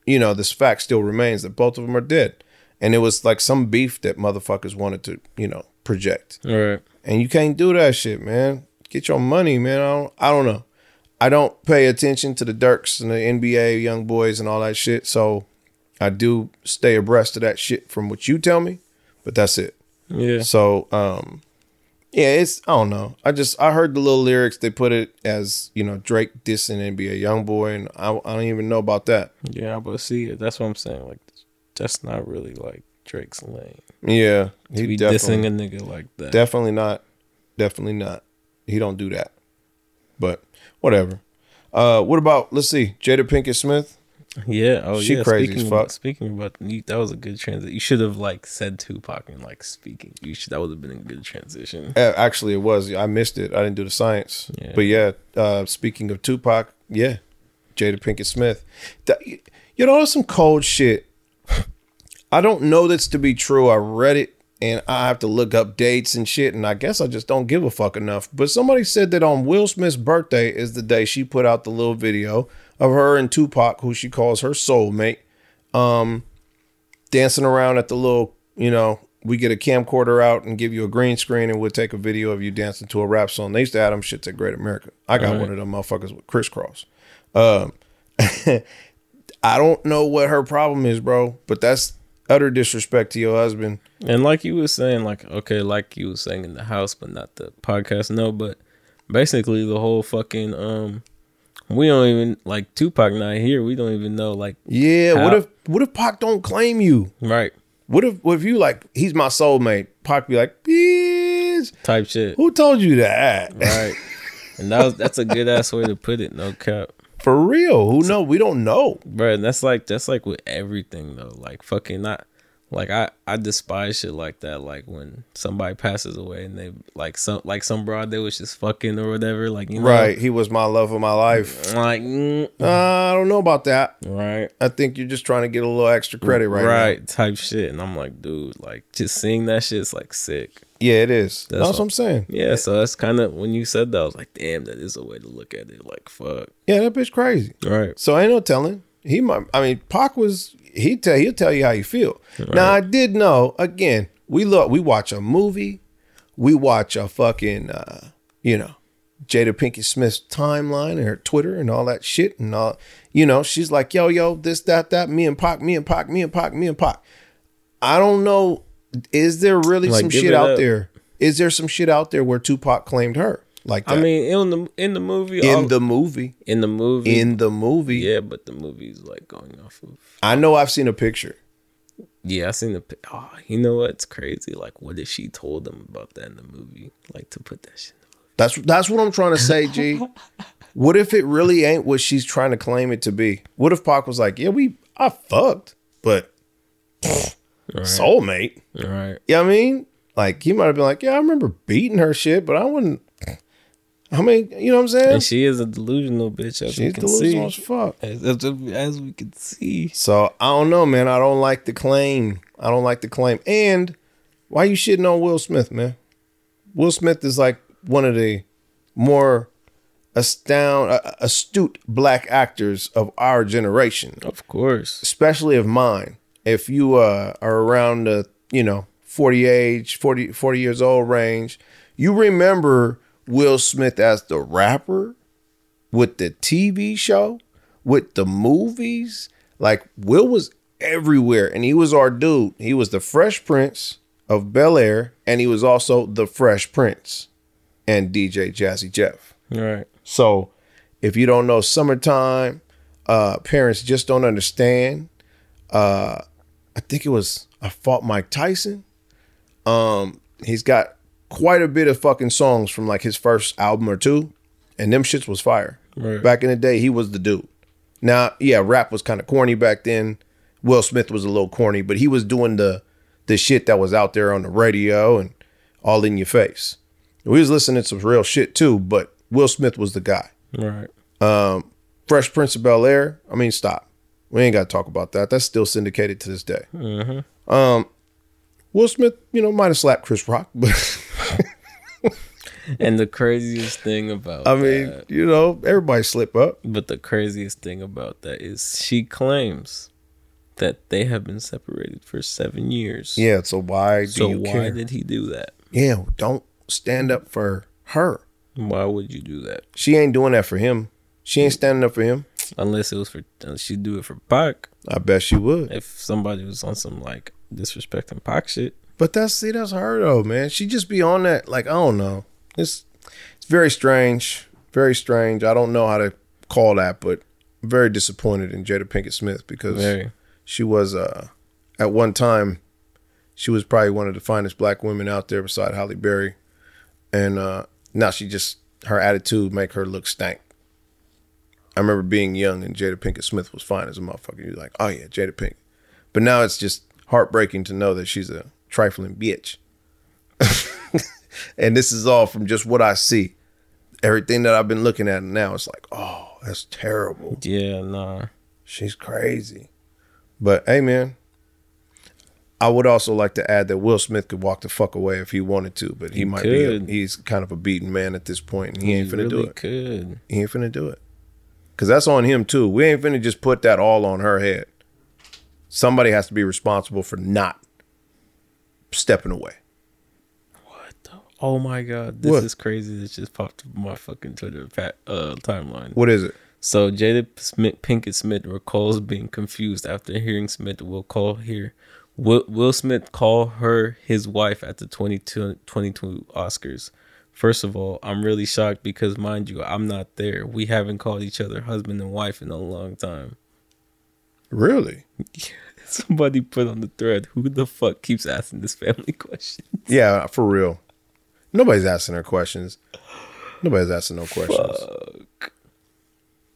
you know, this fact still remains that both of them are dead. And it was like some beef that motherfuckers wanted to, you know, project.
All right.
And you can't do that shit, man. Get your money, man. I don't, I don't know. I don't pay attention to the Dirks and the NBA young boys and all that shit. So I do stay abreast of that shit from what you tell me, but that's it.
Yeah.
So, um, yeah, it's I don't know. I just I heard the little lyrics they put it as you know Drake dissing NBA YoungBoy, and I, I don't even know about that.
Yeah, but see, that's what I'm saying. Like, that's not really like Drake's lane.
Yeah,
To
he
be
definitely
dissing a nigga like that.
definitely not, definitely not. He don't do that. But whatever. Uh, what about let's see, Jada Pinkett Smith?
yeah. Oh,
She
yeah.
crazy
speaking
as
about-
fuck.
speaking about you- that was a good transition. You should have like said Tupac and like speaking. You should that would have been a good transition.
Uh, Actually, it was I missed it. I didn't do the science.
Yeah.
But yeah, uh, speaking of Tupac, yeah, Jada Pinkett Smith. That- you know, there's some cold shit. I don't know this to be true. I read it and I have to look up dates and shit. And I guess I just don't give a fuck enough. But somebody said that on Will Smith's birthday is the day she put out the little video of her and Tupac, who she calls her soulmate, um, dancing around at the little, you know, we get a camcorder out and give you a green screen and we'll take a video of you dancing to a rap song. They used to have them shits at Great America. I got one of them motherfuckers with crisscross. Um, [laughs] I don't know what her problem is, bro, but that's utter disrespect to your husband.
And like you were saying, like okay, like you were saying in the house, but not the podcast. No, but basically the whole fucking um, we don't even like Tupac not here. We don't even know like
Yeah, what
How-
if what if Pac don't claim you?
right
What if what if you like he's my soulmate? Pac be like, bitch,
type shit.
who told you that?
Right. And that was, that's a good ass way to put it. No cap.
For real? Who know? We don't know.
bro and that's like that's like with everything though like fucking not like i i despise shit like that like when somebody passes away and they like some like some broad they was just fucking or whatever like you know
Right? He was my love of my life.
like mm,
Uh, I don't know about that.
right
I think you're just trying to get a little extra credit right,
right,
right.
type shit and i'm like dude like just seeing that shit's like sick
Yeah, it is. That's, what
all.
I'm saying.
yeah so that's kind of when you said that i was like damn that is a way to look at it like fuck
Yeah, that bitch crazy.
right
So ain't no telling. He might. I mean, Pac was. He tell. He'll tell you how you feel. Now I did know. Again, we look. We watch a movie. We watch a fucking. Uh, you know, Jada Pinkett Smith's timeline and her Twitter and all that shit and all. You know, she's like, yo, yo, this, that, that. Me and Pac. Me and Pac. Me and Pac. Me and Pac. I don't know. Is there really
Like,
some
give
shit
it
out
up.
there? Is there some shit out there where Tupac claimed her like that
i mean in the in the movie
in
all-
the movie?
in the movie
In the movie,
yeah but the movie's like going off of
I know I've seen a picture.
Yeah, I seen the. pi- Oh, you know what's crazy? Like, what if she told them about that in the movie? Like to put that shit.
That's that's what I'm trying to say, G. what if it really ain't what she's trying to claim it to be? What if Pac was like, "Yeah, we I fucked, but soulmate."
All right.
You know what I mean? Like he might have been like, "Yeah, I remember beating her shit, but I wouldn't." I mean, you know what I'm saying?
And she is a delusional bitch, as we
She's
can
delusional as
see.
fuck.
As, as, as we can see.
So I don't know, man. I don't like the claim. I don't like the claim. And why you shitting on Will Smith, man? Will Smith is like one of the more astound, uh, astute black actors of our generation,
Of course.
especially of mine. If you uh, are around the you know forty age, 40, 40 years old range, you remember Will Smith as the rapper with the TV show, with the movies. Like Will was everywhere, and he was our dude. He was the Fresh Prince of Bel Air, and he was also the Fresh Prince and DJ Jazzy Jeff.
All right.
So if you don't know summertime, uh, parents just don't understand. Uh, I think it was I fought Mike Tyson. Um, he's got quite a bit of fucking songs from like his first album or two, and them shits was fire.
Right.
Back in the day, he was the dude. Now, yeah, rap was kind of corny back then. Will Smith was a little corny, but he was doing the the shit that was out there on the radio and all in your face. We was listening to some real shit too, but Will Smith was the guy. [laughs]
Right.
Fresh Prince of Bel Air. I mean, stop. We ain't got to talk about that. That's still syndicated to this day. Um,
Mm-hmm.
Will Smith, you know, might have slapped Chris Rock, [laughs] but
And the craziest thing about
I mean,
that-
you know, everybody slip up.
but the craziest thing about that is she claims that they have been separated for seven years.
Yeah. So why do
So
you
why
care?
did he do that?
yeah. Don't stand up for her.
Why would you do that?
She ain't doing that for him. She ain't standing up for him.
Unless it was for she'd do it for Pac.
I bet she would.
If somebody was on some like disrespecting Pac shit.
But that's see, that's her though, man. She just be on that. Like I don't know. It's it's very strange. Very strange. I don't know how to call that, but I'm very disappointed in Jada Pinkett Smith because
Very.
she was uh at one time she was probably one of the finest black women out there beside Holly Berry. And uh now she just her attitude make her look stank. I remember being young and Jada Pinkett Smith was fine as a motherfucker. You're like, oh yeah, Jada Pinkett. But now it's just heartbreaking to know that she's a trifling bitch. [laughs] and this is all from just what I see. Everything that I've been looking at now, it's like, oh, that's terrible.
Yeah, nah.
She's crazy. But hey, man, I would also like to add that Will Smith could walk the fuck away if he wanted to, but he, might
could.
be. A, he's kind of a beaten man at this point, and he ain't
You
finna
really
do it.
Could.
He ain't finna do it. Cause that's on him too. We ain't finna just put that all on her head. Somebody has to be responsible for not stepping away.
What the? Oh my god, this
What?
is crazy. This just popped up my fucking Twitter fa- uh, timeline.
What is it?
So Jada Smith, Pinkett Smith recalls being confused after hearing Smith will call here. Will, will Smith call her his wife at the 22, 22 Oscars? First of all, I'm really shocked because, mind you, I'm not there. We haven't called each other husband and wife in a long time.
Really?
Somebody put on the thread, who the fuck keeps asking this family [laughs] question?
Yeah, for real. Nobody's asking her questions. Nobody's asking no questions.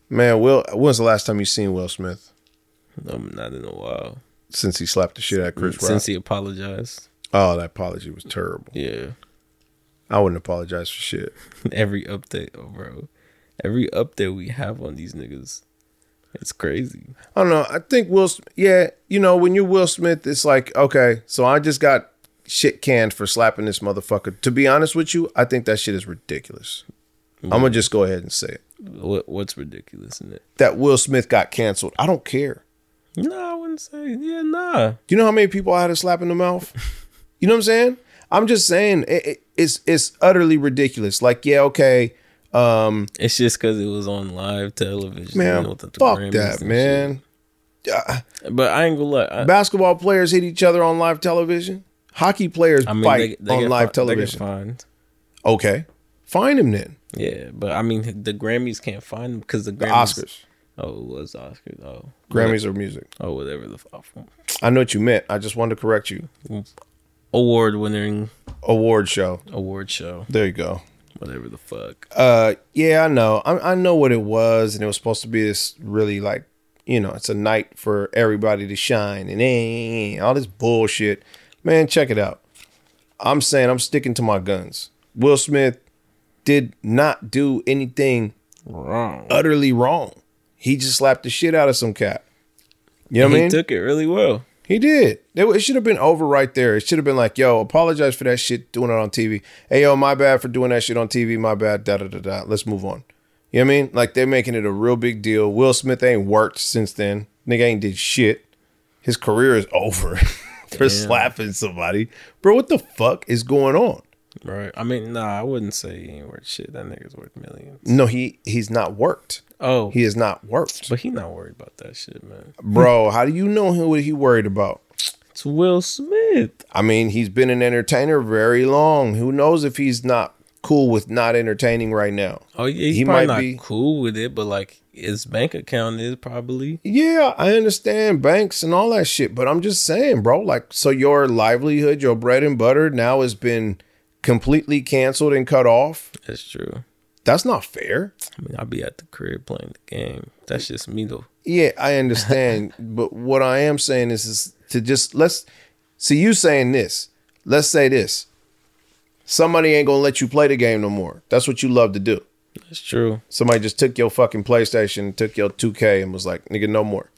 Man, Will, when's the last time you seen Will Smith
Um, not in a while.
since he slapped the shit out of Chris Rock?
Mm, Since he apologized.
Oh, that apology was terrible.
Yeah.
I wouldn't apologize for shit.
[laughs] every update, oh, bro. Every update we have on these niggas, it's crazy.
I don't know. I think Will. Sm- Yeah, you know, when you're Will Smith, it's like, okay, so I just got shit canned for slapping this motherfucker. To be honest with you, I think that shit is ridiculous. I'm
Mm.
gonna just go ahead and say it.
What what's ridiculous in it?
That Will Smith got canceled. I don't care.
Nah, I wouldn't say. Yeah, nah.
You know how many people I had to slap in the
[laughs]
mouth? You know what I'm saying? I'm just saying it, it, it's it's utterly ridiculous. Like, yeah, okay, um,
It's just because it was on live television.
man,
with the
fuck
Grammys and
that,
shit.
man. Uh,
But I ain't gonna lie. I,
basketball players hit each other on live television. Hockey players
I mean,
fight
they, they
on
get
live
fi-
television.
They get fined.
Okay, find him then.
Yeah, but I mean, the Grammys can't find them because the Grammys.
Oscars,
Oh, it was Oscars. Oh,
Grammys, or music.
Oh, whatever the f-
I know what you meant. I just wanted to correct you.
award-winning
Award show.
award show,
There you go.
whatever the fuck.
Uh, yeah, I know. I, I know what it was, and it was supposed to be this really like, you know, it's a night for everybody to shine, and eh, all this bullshit. Man, check it out. I'm saying I'm sticking to my guns. Will Smith did not do anything
Wrong.
utterly wrong. He just slapped the shit out of some cat. You know what I
he
mean?
took it really well.
He did. It, it should have been over right there. It should have been like, yo, apologize for that shit doing it on TV. Hey, yo, my bad for doing that shit on TV. My bad. Da da da da. Let's move on. You know what I mean? Like they're making it a real big deal. Will Smith ain't worked since then. Nigga ain't did shit. His career is [laughs] over for slapping somebody. Bro, what the fuck is going on?
Right. I mean, nah, I wouldn't say he ain't worth shit. That nigga's worth millions.
No, he he's not worked.
Oh,
He is not worked.
but he not worried about that shit, man.
Bro, how do you know who he worried about?
It's Will Smith.
I mean, he's been an entertainer very long. Who knows if he's not cool with not entertaining right now?
Oh yeah, he's
He
probably
might
not
be-
cool with it, but like his bank account is probably.
Yeah, I understand banks and all that shit, but I'm just saying, bro, like so your livelihood, your bread and butter now has been completely canceled and cut off.
That's true.
That's not fair.
I mean, I'll be at the crib playing the game. That's just me though.
Yeah, I understand. but what I am saying is, is to just let's see you saying this. Let's say this. Somebody ain't gonna let you play the game no more. That's what you love to do.
That's true.
Somebody just took your fucking PlayStation, took your 2K, and was like, nigga, no more.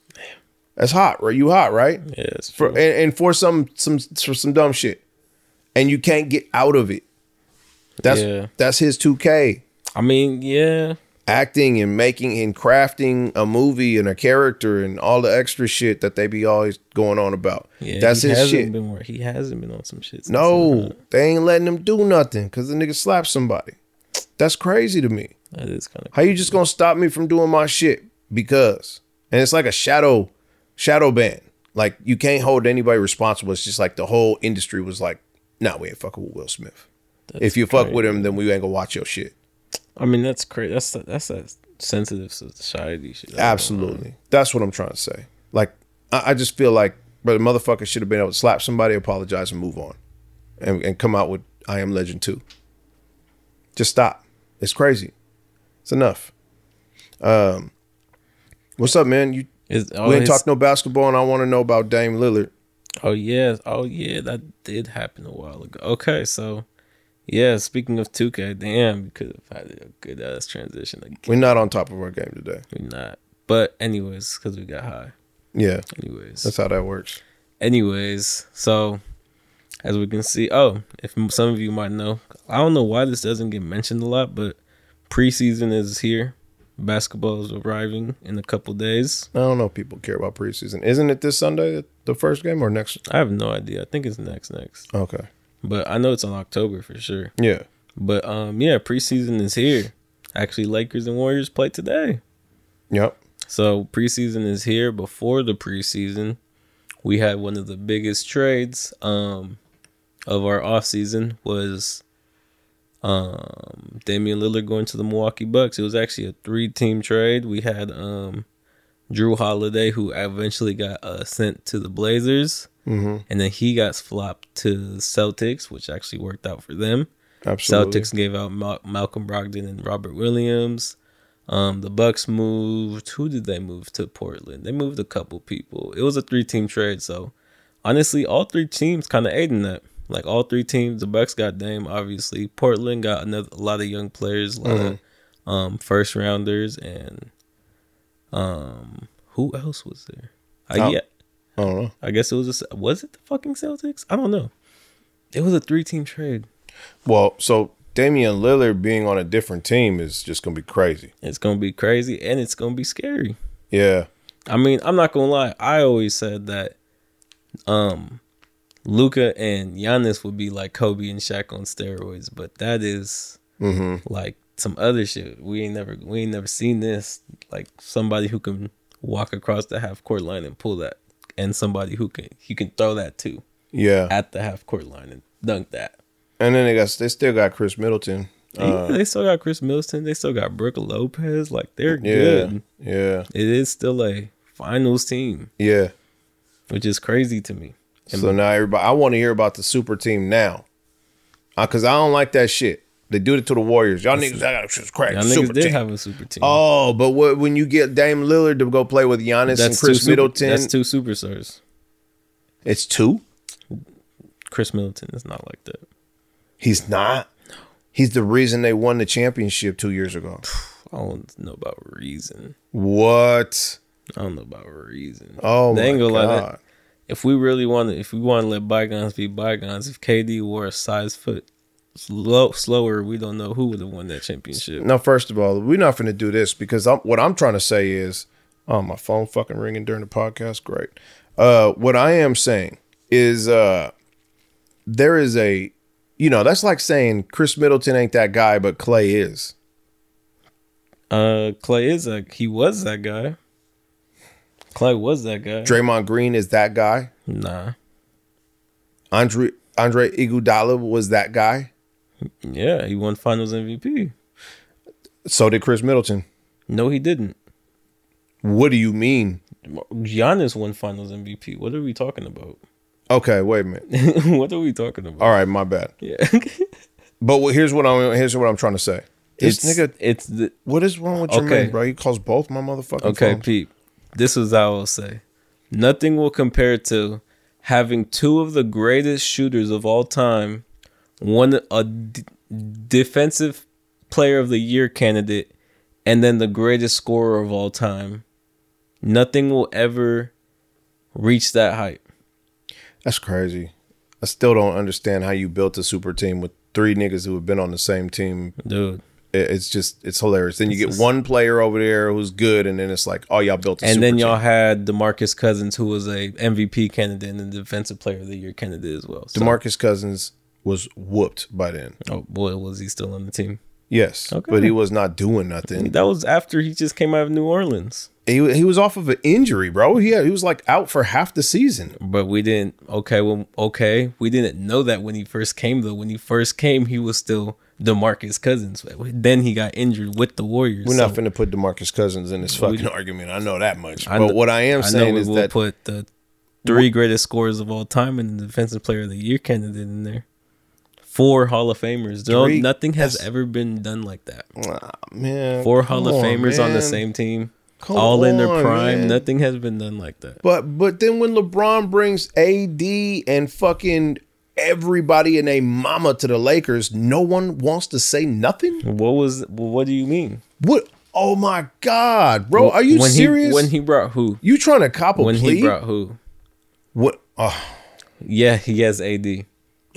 That's hot, right? You hot, right?
Yeah, it's
For
true.
and, and for some some for some dumb shit. And you can't get out of it. That's
Yeah.
that's his 2K.
I mean, yeah,
acting and making and crafting a movie and a character and all the extra shit that they be always going on about.
yeah.
That's
he
his
hasn't
shit.
Been wor- he hasn't been on some shit. since then,
No,
huh?
they ain't letting him do nothing because the nigga slapped somebody. That's crazy to me.
that is kind of.
How you just gonna stop me from doing my shit? Because and it's like a shadow, shadow ban. Like you can't hold anybody responsible. It's just like the whole industry was like, nah, we ain't fucking with Will Smith. if you fuck with him, then we ain't gonna watch your shit.
I mean, that's crazy. That's that's that sensitive society shit.
Absolutely. That's what I'm trying to say. Like, I, I just feel like, brother, motherfucker should have been able to slap somebody, apologize, and move on. And, and come out with I Am Legend 2. Just stop. It's crazy. It's enough. Um, what's up, man? You
Is, oh,
we ain't
his-
talked no basketball, and I want to know about Dame Lillard.
Oh yeah, oh yeah, that did happen a while ago. Okay, so yeah, speaking of 2K, damn, we could have had a good ass transition. Again.
We're not on top of our game today.
We're not, but anyways, because we got high.
Yeah,
Anyways,
that's how that works.
anyways, so as we can see, oh, if m- some of you might know, I don't know why this doesn't get mentioned a lot, but preseason is here. Basketball is arriving in a couple days.
I don't know if people care about preseason. Isn't it this Sunday, the first game, or next?
I have no idea. I think it's next next,
Okay.
but I know it's in October for sure.
Yeah.
But um, yeah, preseason is here. Actually, Lakers and Warriors play today,
Yep.
so preseason is here. Before the preseason, we had one of the biggest trades um of our offseason was um Damian Lillard going to the Milwaukee Bucks. It was actually a three-team trade. We had um Drew Holiday, who eventually got uh, sent to the Blazers,
Mm-hmm.
and then he got flopped to the Celtics, which actually worked out for them.
Absolutely.
Celtics gave out Mal- Malcolm Brogdon and Robert Williams. Um, the Bucks moved. Who did they move to Portland? They moved a couple people. It was a three-team trade, so honestly, all three teams kind of aiding that. Like all three teams, the Bucks got Dame, obviously. Portland got another a lot of young players, a lot of um, first rounders, and um, who else was there? Uh,
Out-
yeah,
I don't know.
I guess it was. A, was it the fucking Celtics? I don't know. It was a three-team trade.
Well, so Damian Lillard being on a different team is just gonna be crazy.
It's gonna be crazy and it's gonna be scary.
Yeah.
I mean, I'm not gonna lie. I always said that, um, Luca and Giannis would be like Kobe and Shaq on steroids, but that is
Mm-hmm.
like some other shit. We ain't never we ain't never seen this. Like somebody who can walk across the half court line and pull that, and somebody who can he can throw that too
Yeah.
at the half court line and dunk that.
And then they got they still got Chris Middleton. Uh,
they still got Chris Middleton. They still got Brooke Lopez. Like they're
yeah.
good.
Yeah.
It is still a finals team.
Yeah.
which is crazy to me.
So now everybody, I want to hear about the super team now, because I don't like that shit. They do it to the Warriors. Y'all niggas, I got just crack.
Y'all
super
niggas did
team.
have a super team.
oh, but what, when you get Dame Lillard to go play with Giannis and
two
Chris
super-
Middleton,
That's two superstars.
it's two.
Chris Middleton is not like that.
He's not. He's the reason they won the championship two years ago.
I don't know about reason.
What?
I don't know about reason.
Oh
They ain't
my
gonna let
god!
it- If we really want to, if we want to let bygones be bygones, if KD wore a size foot slow, slower, we don't know who would have won that championship.
Now, first of all, we're not going to do this because I'm, what I'm trying to say is, oh, my phone fucking ringing during the podcast. Great. Uh, what I am saying is, uh, there is a, you know, that's like saying Chris Middleton ain't that guy, but Clay is.
Uh, Clay is a he was that guy. Clay was that guy.
Draymond Green is that guy.
Nah,
Andre Andre Iguodala was that guy.
yeah, he won Finals MVP.
So did Chris Middleton.
No, he didn't.
What do you mean?
Giannis won Finals MVP. What are we talking about? [laughs]
Okay, wait a [laughs] minute.
what are we talking about?
All right, my bad.
Yeah. [laughs]
But what, here's what I'm here's what I'm trying to say. This
it's
nigga-
it's the
What is wrong with your
Okay.
man, bro? You calls both my motherfucking
okay,
phones.
Pete. This is how I will say. Nothing will compare to having two of the greatest shooters of all time, one a d- defensive player of the year candidate, and then the greatest scorer of all time. Nothing will ever reach that height.
That's crazy. I still don't understand how you built a super team with three niggas who have been on the same team.
Dude.
It- It's just it's hilarious. Then you get one player over there who's good, and then it's like, oh y'all built a
And
super
then
team.
y'all had DeMarcus Cousins, who was a MVP candidate and a defensive player of the year candidate as well. So,
Demarcus Cousins was whooped by then.
oh boy, was he still on the team.
Yes,
Okay.
but he was not doing nothing.
That was after he just came out of New Orleans.
He, he was off of an injury, bro. He had, he was like out for half the season.
But we didn't okay, well okay. We didn't know that when he first came though. When he first came, he was still DeMarcus Cousins. Then he got injured with the Warriors.
We're
so
not finna put Demarcus Cousins in this fucking argument. I know that much.
I
but
kn-
what I am
I know
saying
we
is
will
that
put the three greatest scorers of all time and the defensive player of the year candidate in there. Four Hall of Famers. No,
Three-
nothing has
that's-
ever been done like that.
Ah, man,
Four Hall of
come on,
Famers on the
man.
same team.
Come
all in their
on,
prime.
man.
Nothing has been done like that.
But but then when LeBron brings AD and fucking everybody and a mama to the Lakers, no one wants to say nothing.
What was what do you mean?
What? Oh my god, bro, Oh, are you
when
serious?
He, when he brought who?
you trying to cop a
When
plea?
he brought who?
what? ah,
Yeah, he has AD.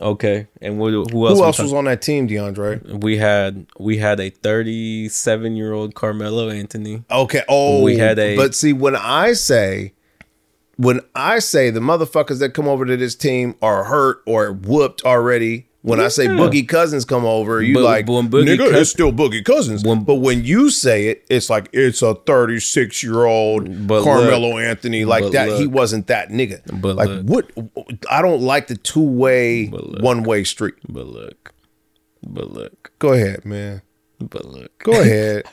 Okay, and what, who else?
who
we
else
talk-
was on that team, DeAndre?
we had we had a 37 year old Carmelo Anthony.
Okay. Oh,
We had a-
But see, when I say, when I say the motherfuckers that come over to this team are hurt or whooped already. When I say
Yeah.
Boogie Cousins come over, you
But
like
when Boogie
nigga,
Cous-
it's still Boogie Cousins.
When-
but when you say it, it's like it's a thirty six year old
But
Carmelo Anthony like
but
that. he
look.
wasn't that nigga.
But
like what? I don't like the two way
But look.
one way street.
But look, but look,
Go ahead, man.
but look. [laughs]
Go ahead.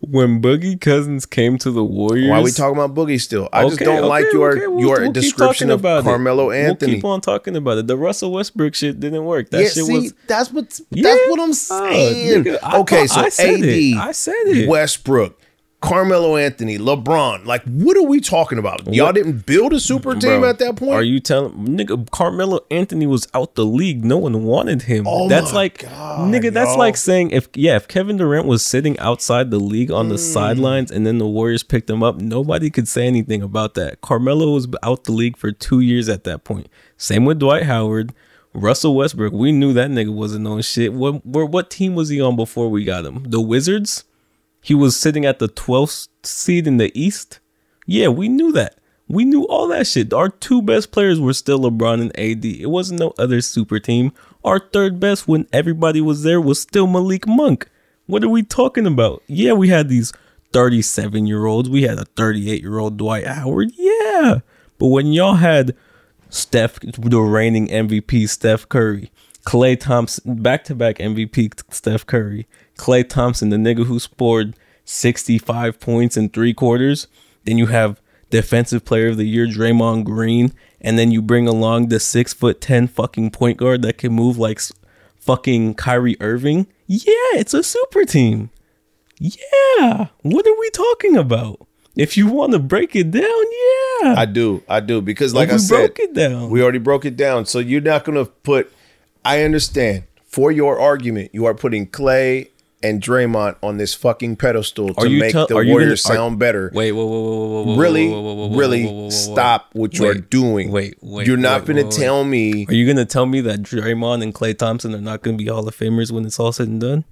When Boogie Cousins came to the Warriors,
Why are we talking about Boogie still? I just
Okay,
don't
okay,
like your
okay, we'll-
your
we'll keep
description
talking
of
about it.
Carmelo Anthony.
We'll keep on talking about it. The Russell Westbrook shit didn't work. That
yeah,
shit
see,
was
that's what
Yeah.
that's what I'm
Oh,
saying.
nigga, I
okay,
thought-
so
I said
AD,
it. I said it.
Westbrook, Carmelo Anthony, LeBron. Like, what are we talking about? Y'all didn't build a super team
Bro,
at that point.
Are you telling nigga Carmelo Anthony was out the league? No one wanted him.
Oh
that's
my
like
God,
nigga. That's
y'all.
like saying if yeah, if Kevin Durant was sitting outside the league on the
Mm.
sidelines and then the Warriors picked him up, nobody could say anything about that. Carmelo was out the league for two years at that point. Same with Dwight Howard. Russell Westbrook, we knew that nigga wasn't on shit. What, what what team was he on before we got him? The Wizards? He was sitting at the 12th seed in the East. Yeah, we knew that. We knew all that shit. Our two best players were still LeBron and AD. It wasn't no other super team. Our third best when everybody was there was still Malik Monk. What are we talking about? Yeah, we had these 37 year olds. We had a 38 year old Dwight Howard. Yeah. But when y'all had Steph, the reigning MVP, Steph Curry, Clay Thompson, back to back MVP, Steph Curry, Clay Thompson, the nigga who scored 65 points in three quarters. Then you have Defensive Player of the Year, Draymond Green, and then you bring along the six foot 10 fucking point guard that can move like s- fucking Kyrie Irving. Yeah, it's a super team. Yeah. What are we talking about? If you want to break it down, yeah.
I do, I do, because like
we
I said,
broke it down.
we already broke it down. So you're not gonna put. I understand for your argument, you are putting Clay and Draymond on this fucking pedestal to
Are you
make
tell-
the
are you gonna-
Warriors
are-
sound better.
Wait, whoa, whoa, whoa, whoa, whoa,
really,
whoa, whoa, whoa, whoa,
really
whoa, whoa, whoa, whoa.
stop what you're
Wait,
doing.
Wait, wait.
you're not
wait,
gonna
wait,
tell me
Wait. Are you gonna tell me that Draymond and Clay Thompson are not gonna be Hall of Famers when it's all said and done?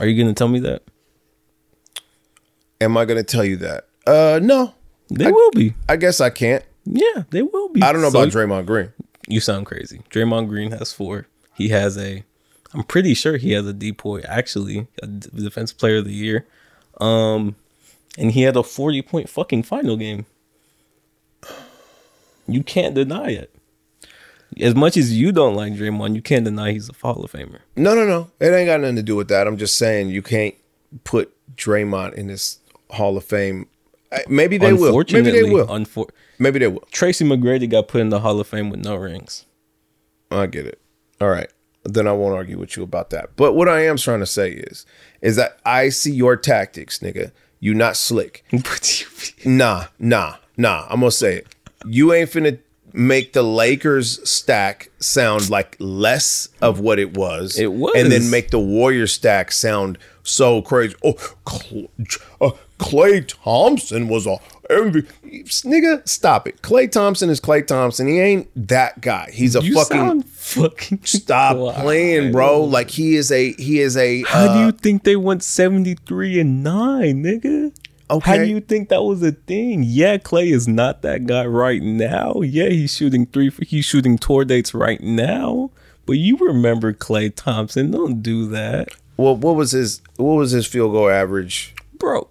Are you gonna tell me that
am I gonna tell you that? Uh, no,
they will be?
I guess I can't.
Yeah, they will be.
I don't know
So
about Draymond Green.
You sound crazy. Draymond Green has four. He has a. I'm pretty sure he has a DPOY actually, a D- Defensive Player of the Year, um, and he had a 40 point fucking final game. You can't deny it. As much as you don't like Draymond, you can't deny he's a Hall of Famer.
No, no, no. It ain't got nothing to do with that. I'm just saying you can't put Draymond in this Hall of Fame. Uh, Maybe they will. Maybe they will.
unfor-
Maybe they will.
[laughs] Tracy McGrady got put in the Hall of Fame with no rings.
I get it. All right. then I won't argue with you about that. But what I am trying to say is, is that I see your tactics, nigga. You not slick.
What do you mean?
Nah, nah, nah. I'm gonna say it. You ain't finna make the Lakers stack sound like less of what it was.
It was.
and then make the Warriors stack sound so crazy. Oh, Cl- uh, Clay Thompson was a MVP. Nigga, stop it. Clay Thompson is Clay Thompson. He ain't that guy. He's a
You
fucking
sound fucking
stop
[laughs] wild.
playing, bro. Like he is a he is a
How
uh,
do you think they went 73 and 9, nigga? How
Okay.
do you think that was a thing? Yeah, Clay is not that guy right now. Yeah, he's shooting three he's shooting tour dates right now. But you remember Clay Thompson. Don't do that.
well, what was his what was his field goal average
Bro.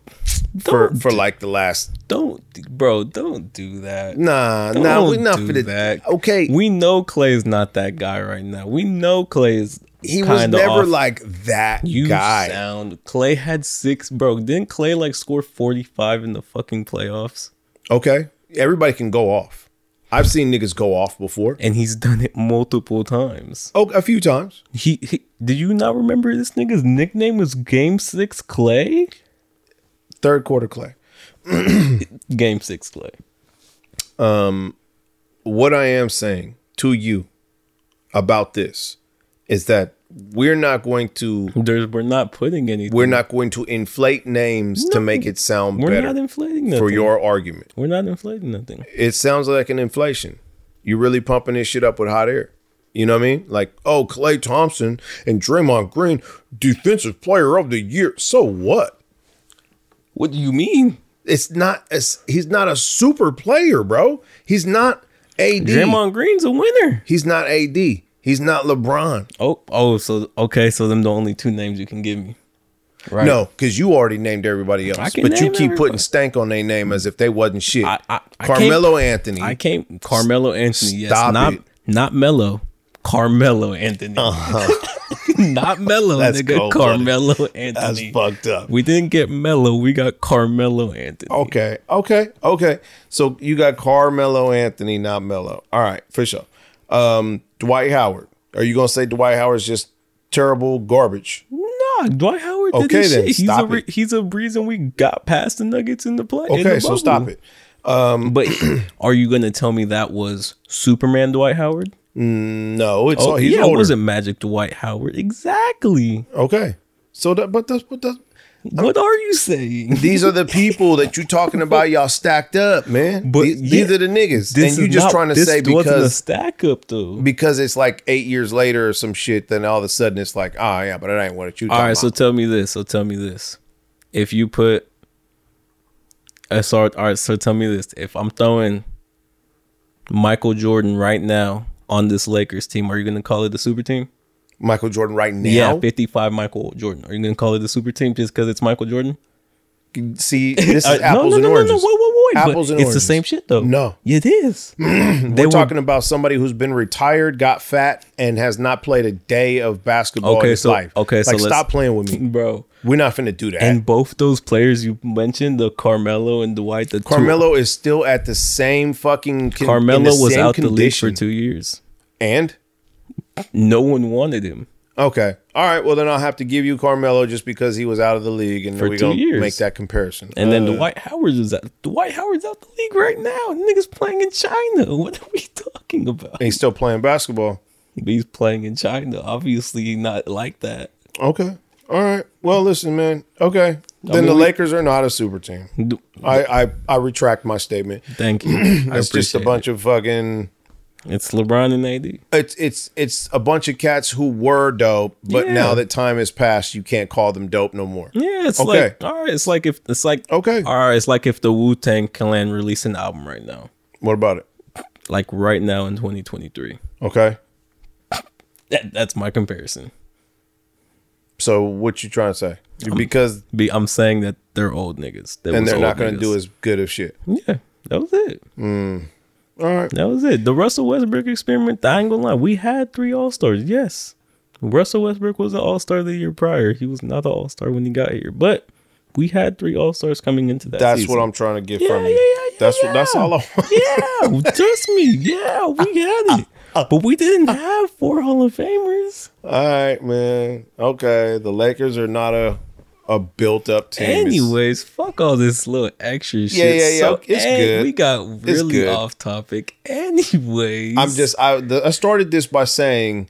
for
Don't
for like the last
don't bro, don't do that.
nah
Don't
nah we not
do
for the
that.
okay
We know Clay is not that guy right now. We know Clay is
he was
kinda
never
off.
like that
You
guy
sound Clay had six, bro. Didn't Clay like score forty five in the fucking playoffs?
okay everybody can go off I've seen niggas go off before
And he's done it multiple times.
oh a few times
He, he did you not remember this nigga's nickname was Game Six Clay?
third quarter Clay
Game Six Clay.
what I am saying to you about this is that we're not going to
There's we're not putting any.
we're not going to inflate names to
No,
make it sound
we're
better
not inflating nothing.
for your argument.
we're not inflating nothing.
It sounds like an inflation. You're really pumping this shit up with hot air. You know what I mean? Like, oh, Clay Thompson and Draymond Green, defensive player of the year. So what?
What do you mean?
It's not as he's not a super player, bro. He's not AD.
Draymond Green's a winner.
He's not AD. He's not LeBron.
Oh oh, so okay, so them the only two names you can give me. Right.
No, because you already named everybody else.
can
But you
name
keep putting
everybody.
stank on their name as if they wasn't shit.
I- I- I can't-
Carmelo Anthony.
I can't. Carmelo Anthony. Yes,
Stop
not
it.
not Mello. Carmelo Anthony. [laughs] not Mello,
That's
nigga.
cold, buddy.
Carmelo
That's
Anthony.
fucked up.
We didn't get Mello. We got Carmelo Anthony.
Okay, okay, okay. So you got Carmelo Anthony, not Mello. All right, for sure. Um, Dwight Howard. Are you gonna say Dwight Howard's just terrible garbage?
Nah, Dwight Howard did
Okay,
his
then,
shit. He's a
stop
re-
it.
he's a reason we got past the Nuggets in the play. in
Okay,
the
so
bubble.
stop it.
But [clears throat] are you gonna tell me that was Superman Dwight Howard?
No, it's all, Oh, he's
Oh, yeah, it
older.
wasn't Magic Dwight Howard. Exactly.
Okay, so that, but that's but that's,
What are
[laughs]
you saying?
these are the people that you talking
[laughs]
about. Y'all stacked up, man.
But
these,
yeah,
these are the niggas, and you
is
just
not-
trying to
this
say
wasn't a
because
stack up though.
because it's like eight years later or some shit. Then all of a sudden it's like, ah, yeah, but it ain't what you.
All
talking
right, so
about.
tell me this. So tell me this. If you put SR, all right, so tell me this. If I'm throwing Michael Jordan right now on this Lakers team, are you going to call it the super team?
Michael Jordan right now.
Yeah, 55 Michael Jordan. Are you going to call it the super team just because it's Michael Jordan?
See, this is
[laughs] Uh,
apples
no, no,
and
no,
oranges.
No, no, wait, wait, wait.
Apples
but
and
it's the
oranges.
same shit though.
No.
it is.
[clears throat]
they
We're talking about somebody who's been retired, got fat, and has not played a day of basketball in
Okay,
his
so-
life.
okay,
like
so let's-
stop playing with me.
bro.
We're not finna do that.
And both those players you mentioned, the Carmelo and Dwight, the two-
Carmelo is still at the same fucking con- in the
Carmelo was
same
out the league
condition.
for two years.
And
No one wanted him.
okay, all right. Well, then I'll have to give you Carmelo just because he was out of the league, and
For
we
two
don't
years.
make that comparison.
And then
Uh,
Dwight Howard is out. Dwight Howard's out the league right now. Niggas playing in China. [laughs] What are we talking about?
he's still playing basketball.
He's playing in China. Obviously, not like that.
Okay, all right. Well, listen, man. Okay, then
mean,
the
we-
Lakers are not a super team.
D-
I I, I retract my statement.
Thank you. [clears throat] I
It's just a
bunch.
bunch of fucking.
It's LeBron and AD.
It's it's it's a bunch of cats who were dope, but
Yeah.
now that time has passed, you can't call them dope no more.
Yeah, it's
Okay.
like all right. It's like if it's like
Okay.
All right, it's like if the Wu Tang Clan released an album right now,
What about it?
like right now in 2023.
Okay.
That, that's my comparison.
So what you trying to say? Because
Be I'm saying that they're old niggas. That
and
was
they're not
old
going to
niggas.
do as good of shit.
Yeah, that was it.
All right.
That was it. The Russell Westbrook experiment, I ain't gonna lie, we had three All Stars. Yes. Russell Westbrook was an All Star the year prior. He was not an All Star when he got here, but we had three All Stars coming into that.
That's
season.
what I'm trying to get
Yeah,
from you.
yeah, yeah, yeah,
that's what that's
yeah.
all I want.
Yeah, trust me. Yeah, we had it.
Uh,
But we didn't have four Hall of Famers.
[laughs] All right, man. Okay, the Lakers are not a a built up team. It's-
Anyways, fuck all this little extra shit.
yeah, yeah,
So,
it's
hey,
good.
We got really
good.
off topic. Anyways,
I'm just I the, I started this by saying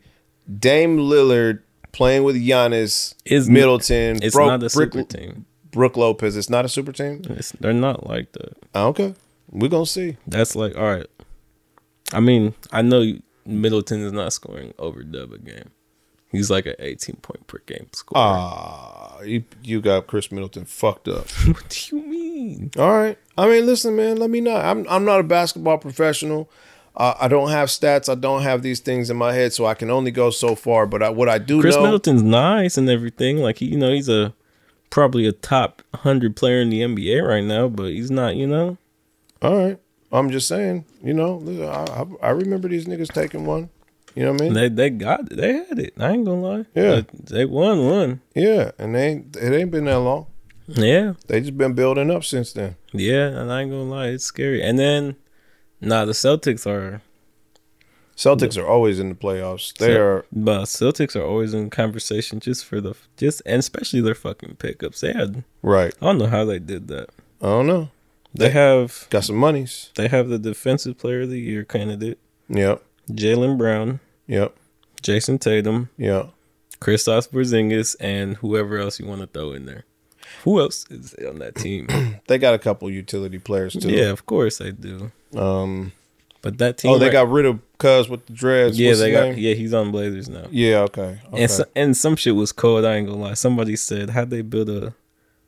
Dame Lillard playing with Giannis
Is-
Middleton.
It's
Bro-
not a super
Brick-
team.
Brooke Lopez. It's not a super team.
It's, they're not like that.
Ah, Okay, we're gonna see.
That's like all right. I mean, I know you- Middleton is not scoring over dub a game. He's like an 18 point per game scorer.
Ah, you you got Chris Middleton fucked up.
[laughs] what do you mean?
All right. I mean, listen, man. Let me know. I'm I'm not a basketball professional. Uh, I don't have stats. I don't have these things in my head, so I can only go so far. But I, what I do
Chris
know,
Middleton's nice and everything. Like he, you know, he's a probably a top hundred player in the NBA right now, but he's not. You know,
all right. I'm just saying, you know, listen, I, I I remember these niggas taking one. You know what I mean?
they they got it. they had it. I ain't gonna lie.
Yeah.
But they won one.
yeah, and they ain't, it ain't been that long.
Yeah,
They just been building up since then.
yeah. And I ain't gonna lie, it's scary. And then, nah, the Celtics are.
Celtics are always in the playoffs. They are.
But Celtics are always in conversation just for the just and especially their fucking pickups. They had
Right.
I don't know how they did that.
I don't know.
They have
Got some monies.
they have the defensive player of the year candidate,
Yep.
Jalen Brown,
Yep.
Jason Tatum,
Yep.
Kristaps Porzingis, and whoever else you want to throw in there. Who else is on
[clears throat]
that team?
They got a couple utility players too.
yeah, of course they do.
Um.
But that team,
Oh, they
right-
got rid of Cuz with the dreads.
yeah,
What's
they
his
got
name?
yeah. He's on Blazers now,
Yeah, okay. okay.
and so, and some shit was cold. I ain't gonna lie. Somebody said how'd they build a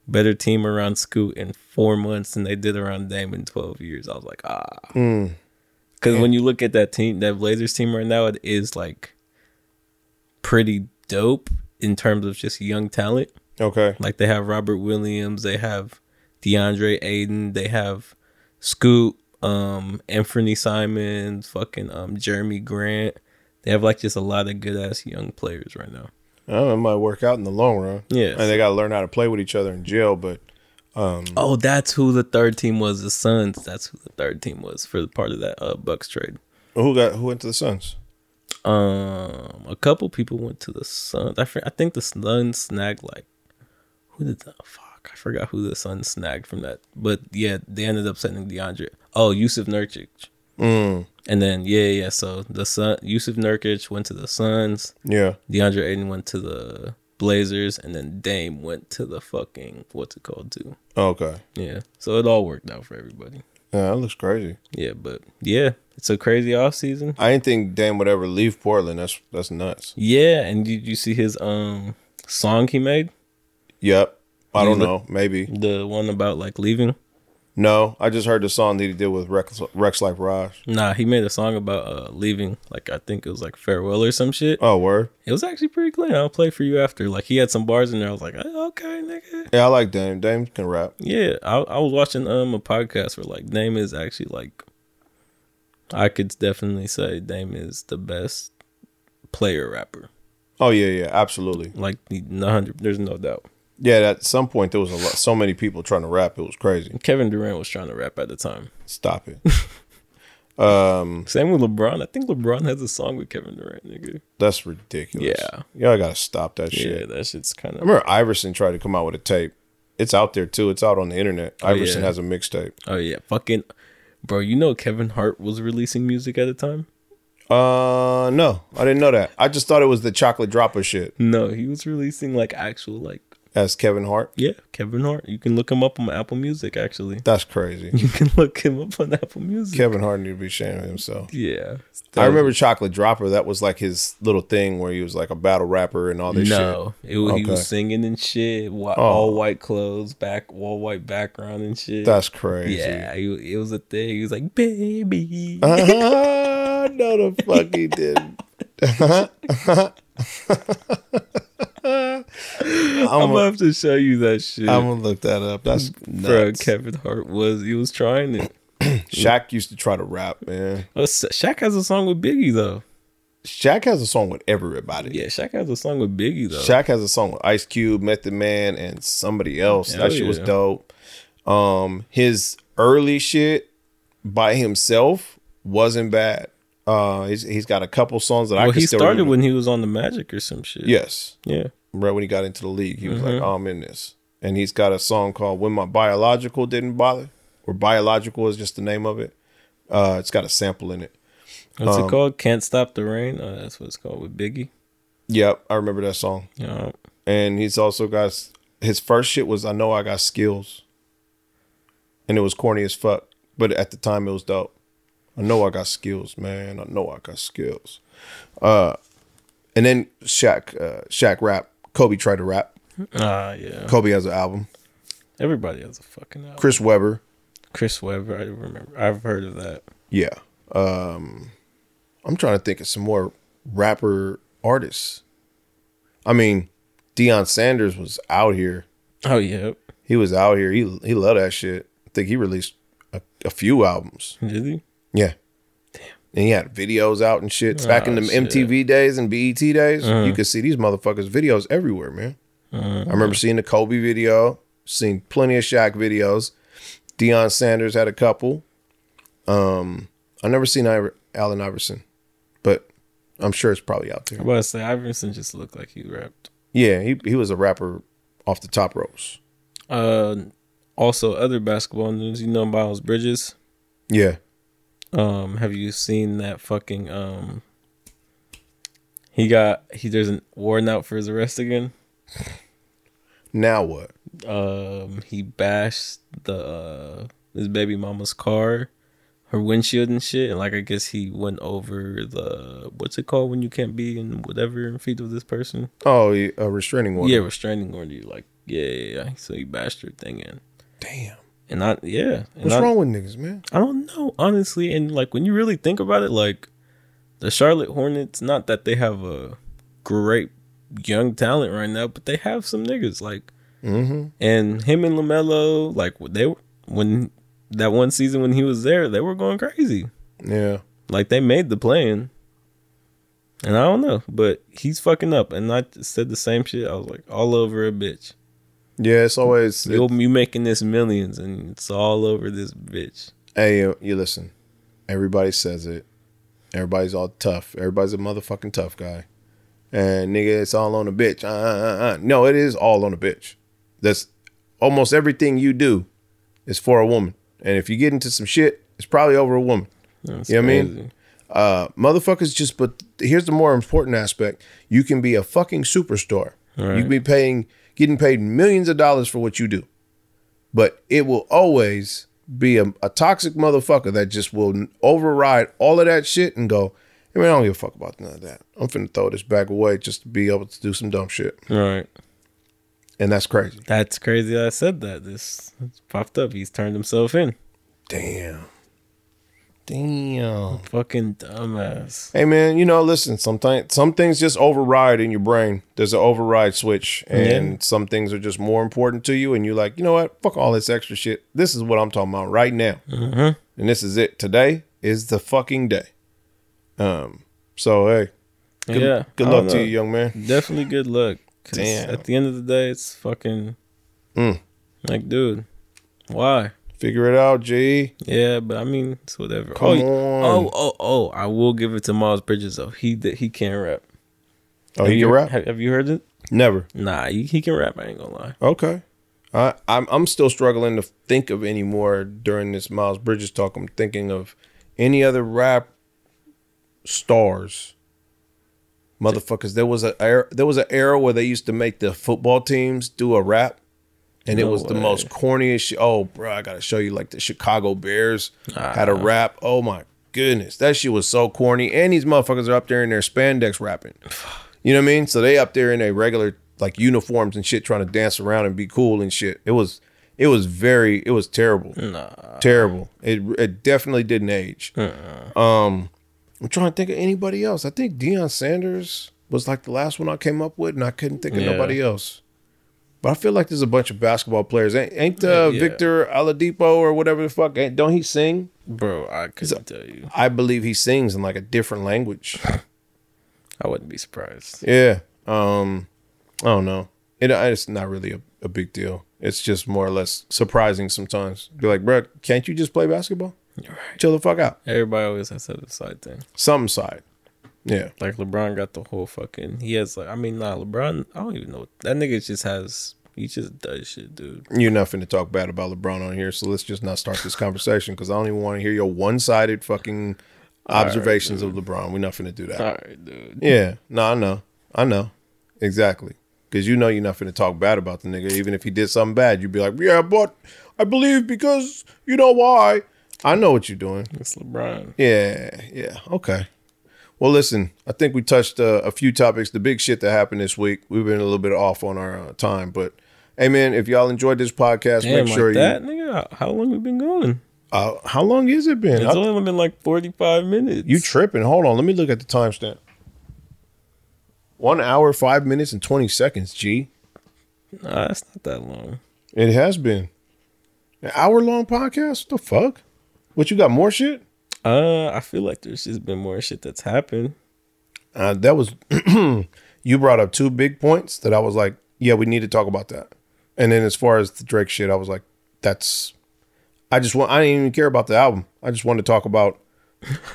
better team around Scoot in four months than they did around Dame in twelve years. I was like, ah,
Hmm.
because when you look at that team, that Blazers team right now, it is like pretty dope in terms of just young talent.
okay.
Like they have Robert Williams, they have DeAndre Aiden, they have Scoop, um, Anthony Simons, fucking um Jeremy Grant. They have like just a lot of good ass young players right now.
I don't know, it might work out in the long run.
Yes.
And they got to learn how to play with each other in jail, but
Oh, that's who the third team was, the Suns. That's who the third team was for the part of that uh Bucks trade.
who got who went to the Suns?
Um a couple people went to the Suns. I fr- I think the Suns snagged like who did the fuck? I forgot who the Suns snagged from that. But yeah, they ended up sending DeAndre. Oh, Yusuf Nurkic.
Mm,
And then yeah, yeah. So the Sun Yusuf Nurkic went to the Suns.
Yeah.
DeAndre Aiden went to the Blazers, and then Dame went to the fucking what's it called too.
Okay.
Yeah. So it all worked out for everybody.
Yeah, that looks crazy.
Yeah, but yeah, it's a crazy off season.
I didn't think Dame would ever leave Portland. That's that's nuts.
Yeah, and did you see his um song he made?
Yep. I don't
He's-
know. Maybe.
The one about like leaving?
No, I just heard the song that he did with Rex, Rex Like Raj.
Nah, he made a song about uh leaving. Like I think it was like farewell or some shit.
Oh, word.
It was actually pretty clean. I'll play for you after. Like he had some bars in there. I was like, "Oh, okay, nigga.
Yeah, I like Dame. Dame can rap.
Yeah, I, I was watching um a podcast where like Dame is actually like, I could definitely say Dame is the best player rapper.
Oh yeah, yeah, absolutely.
Like one hundred, there's no doubt.
Yeah, at some point there was a lot, so many people trying to rap. It was crazy.
Kevin Durant was trying to rap at the time.
Stop
[laughs]
it. um,
Same with LeBron. I think LeBron has a song with Kevin Durant, nigga.
That's ridiculous.
Yeah.
Y'all gotta stop that
Yeah,
shit.
that shit's
I
kind of.
remember Iverson tried to come out with a tape. It's out there too. It's out on the internet. Iverson
Oh, yeah.
has a mixtape.
Oh yeah, fucking, bro. You know Kevin Hart was releasing music at the time.
Uh no, I didn't know that. I just thought it was the chocolate dropper shit.
No, he was releasing like actual like
That's Kevin Hart.
yeah, Kevin Hart. You can look him up on Apple Music. Actually, [laughs]
That's crazy.
you can look him up on Apple Music.
Kevin Hart need to be ashamed of himself.
Yeah,
I remember Chocolate Dropper. That was like his little thing where he was like a battle rapper and all this
No, it was, he
Okay. Oh.
was singing and shit. Wh- All white clothes, back all white background and shit.
shit. That's crazy.
yeah, he, it was a thing. He was like, baby. [laughs]
Ah, [laughs] no, the fuck he didn't. [laughs]
I'm gonna have to show you that shit.
I'm gonna look that up. That's
Bro,
nuts.
Kevin Hart was he was trying it.
Shaq used to try to rap, man.
Oh, Sha- Shaq has a song with Biggie though.
Shaq has a song with everybody.
Yeah, Shaq has a song with Biggie though.
Shaq has a song with Ice Cube, Method Man, and somebody else.
Hell
that shit was
yeah.
dope. Um, his early shit by himself wasn't bad. Uh, he's he's got a couple songs that I
Well,
can
he
still
started
remember.
when he was on the Magic or some shit.
yes,
yeah.
right when he got into the league, he was
Mm-hmm.
like, oh, I'm in this. And he's got a song called When My Biological Didn't Bother, or Biological is just the name of it. Uh, it's got a sample in it.
What's
Um,
it called? Can't stop the rain. Oh, that's what it's called with Biggie.
Yep, I remember that song.
Yeah.
And he's also got his first shit was I Know I Got Skills. And it was corny as fuck. But at the time it was dope. I know I got skills, man. I know I got skills. Uh and then Shaq, uh Shaq rap. Kobe tried to rap.
Ah, yeah.
Kobe has an album.
Everybody has a fucking album. Chris,
Chris Webber.
Webber. I remember. I've heard of that.
Yeah. Um I'm trying to think of some more rapper artists. I mean, Deion Sanders was out here.
Oh yeah.
He was out here. He he loved that shit. I think he released a, a few albums.
Did he?
Yeah. And he had videos out and shit. Back in the
Ah, shit. Uh-huh.
MTV days and BET days, you could see these motherfuckers' videos everywhere, man.
Uh,
I
Uh-huh.
remember seeing the Kobe video, seen plenty of Shaq videos. Deion Sanders had a couple. Um, I never seen Iver- Allen Iverson, but I'm sure it's probably out there.
I was about to say Iverson just looked like he rapped.
Yeah, he, he was a rapper off the top ropes.
Uh, also other basketball news. You know Miles Bridges.
Yeah.
Um, have you seen that fucking um? He got he there's an warrant out for his arrest again.
Now what?
Um, he bashed the uh, his baby mama's car, her windshield and shit, and like I guess he went over the what's it called when you can't be in whatever in feet of this person.
Oh, a restraining order.
Yeah, restraining order. You like yeah, yeah, yeah. So he bashed her thing in,
Damn.
and I yeah, and
What's
I,
wrong with niggas, man?
I don't know, honestly. And like when you really think about it, like the Charlotte Hornets, not that they have a great young talent right now, but they have some niggas like
Mm-hmm.
and him and Lamelo, like they were- when that one season when he was there, they were going crazy.
Yeah.
Like they made the plan. And I don't know, but he's fucking up. And I said the same shit. I was like, all over a bitch.
Yeah, it's always it-
You you making this millions, and it's all over this bitch.
hey, you, you listen. Everybody says it. Everybody's all tough. Everybody's a motherfucking tough guy. And nigga, it's all on a bitch. Uh, uh, uh, uh. No, it is all on a bitch. That's almost everything you do is for a woman. And if you get into some shit, it's probably over a woman.
That's
You know what I mean?
crazy.
Uh, motherfuckers just, but here's the more important aspect. You can be a fucking superstar.
Right.
You can be paying, getting paid millions of dollars for what you do. But it will always be a, a toxic motherfucker that just will override all of that shit and go, I mean, I don't give a fuck about none of that. I'm finna throw this back away just to be able to do some dumb shit.
Right.
And that's crazy.
That's crazy. that I said that. This this popped up. He's turned himself in.
Damn. Damn.
Fucking dumbass.
Hey man, you know, listen. Sometimes some things just override in your brain. There's an override switch, and
Yeah.
some things are just more important to you. And you're like, you know what? Fuck all this extra shit. This is what I'm talking about right now,
Mm-hmm.
and this is it. Today is the fucking day. Um. So hey, good,
yeah. Uh,
good
I don't
luck to
know.
you, young man.
Definitely good luck. 'cause
Damn.
At the end of the day, it's fucking
Mm.
like, dude, why?
Figure it out, G.
Yeah, but I mean, it's whatever.
Come
oh,
on.
oh, oh, oh! I will give it to Miles Bridges though. He did, he can rap.
Oh,
Have
you
you
can rap?
Have, have you heard it?
Never.
Nah, he, he can rap. I ain't gonna lie.
Okay. I I'm I'm still struggling to think of any more during this Miles Bridges talk. I'm thinking of any other rap stars. Motherfuckers, there was a era, there was an era where they used to make the football teams do a rap, and
No
it was the
way.
most corniest shit. Oh, bro, I gotta show you like the Chicago Bears had a rap. Oh my goodness, that shit was so corny. And these motherfuckers are up there in their spandex rapping. You know what I mean? So they up there in their regular like uniforms and shit, trying to dance around and be cool and shit. It was it was very it was terrible,
Nah.
terrible. It it definitely didn't age.
Uh-uh.
Um, I'm trying to think of anybody else. I think Deion Sanders was like the last one I came up with, and I couldn't think of
Yeah.
nobody else. But I feel like there's a bunch of basketball players. Ain't, ain't uh,
Yeah.
Victor Aladipo or whatever the fuck? Ain't, don't he sing?
Bro, I couldn't tell you.
I believe he sings in like a different language.
I wouldn't be surprised.
Yeah. Um, I don't know. It, it's not really a, a big deal. It's just more or less surprising sometimes. Be like, bro, can't you just play basketball? Chill the fuck out.
Everybody always has to have the side thing.
Some side. Yeah.
Like LeBron got the whole fucking. He has like I mean, nah, LeBron. I don't even know that nigga just has. He just does shit, dude.
You're not finna talk bad about LeBron on here, so let's just not start this conversation because I don't even want to hear your one sided fucking observations of LeBron. We're not finna do that.
All right, dude.
Yeah. No, I know. I know. Exactly. Because you know you're not finna talk bad about the nigga. Even if he did something bad, you'd be like, yeah, but I believe because you know why. I know what you're doing.
It's LeBron.
Yeah, yeah. Okay. Well, listen, I think we touched uh, a few topics. The big shit that happened this week. We've been a little bit off on our uh, time, but hey, man, if y'all enjoyed this podcast,
Damn,
make sure
like
you.
that, nigga. How long we been going?
Uh, how long has it been?
It's
I-
only been like forty five minutes.
you tripping? Hold on. Let me look at the timestamp. One hour, five minutes, and twenty seconds. G.
nah, that's not that long.
It has been an hour long podcast. What the fuck? What you got? More shit?
Uh, I feel like there's just been more shit that's happened. [laughs]
Uh, that was [clears throat] you brought up two big points that I was like, yeah, we need to talk about that. And then as far as the Drake shit, I was like, that's I just want I didn't even care about the album. I just wanted to talk about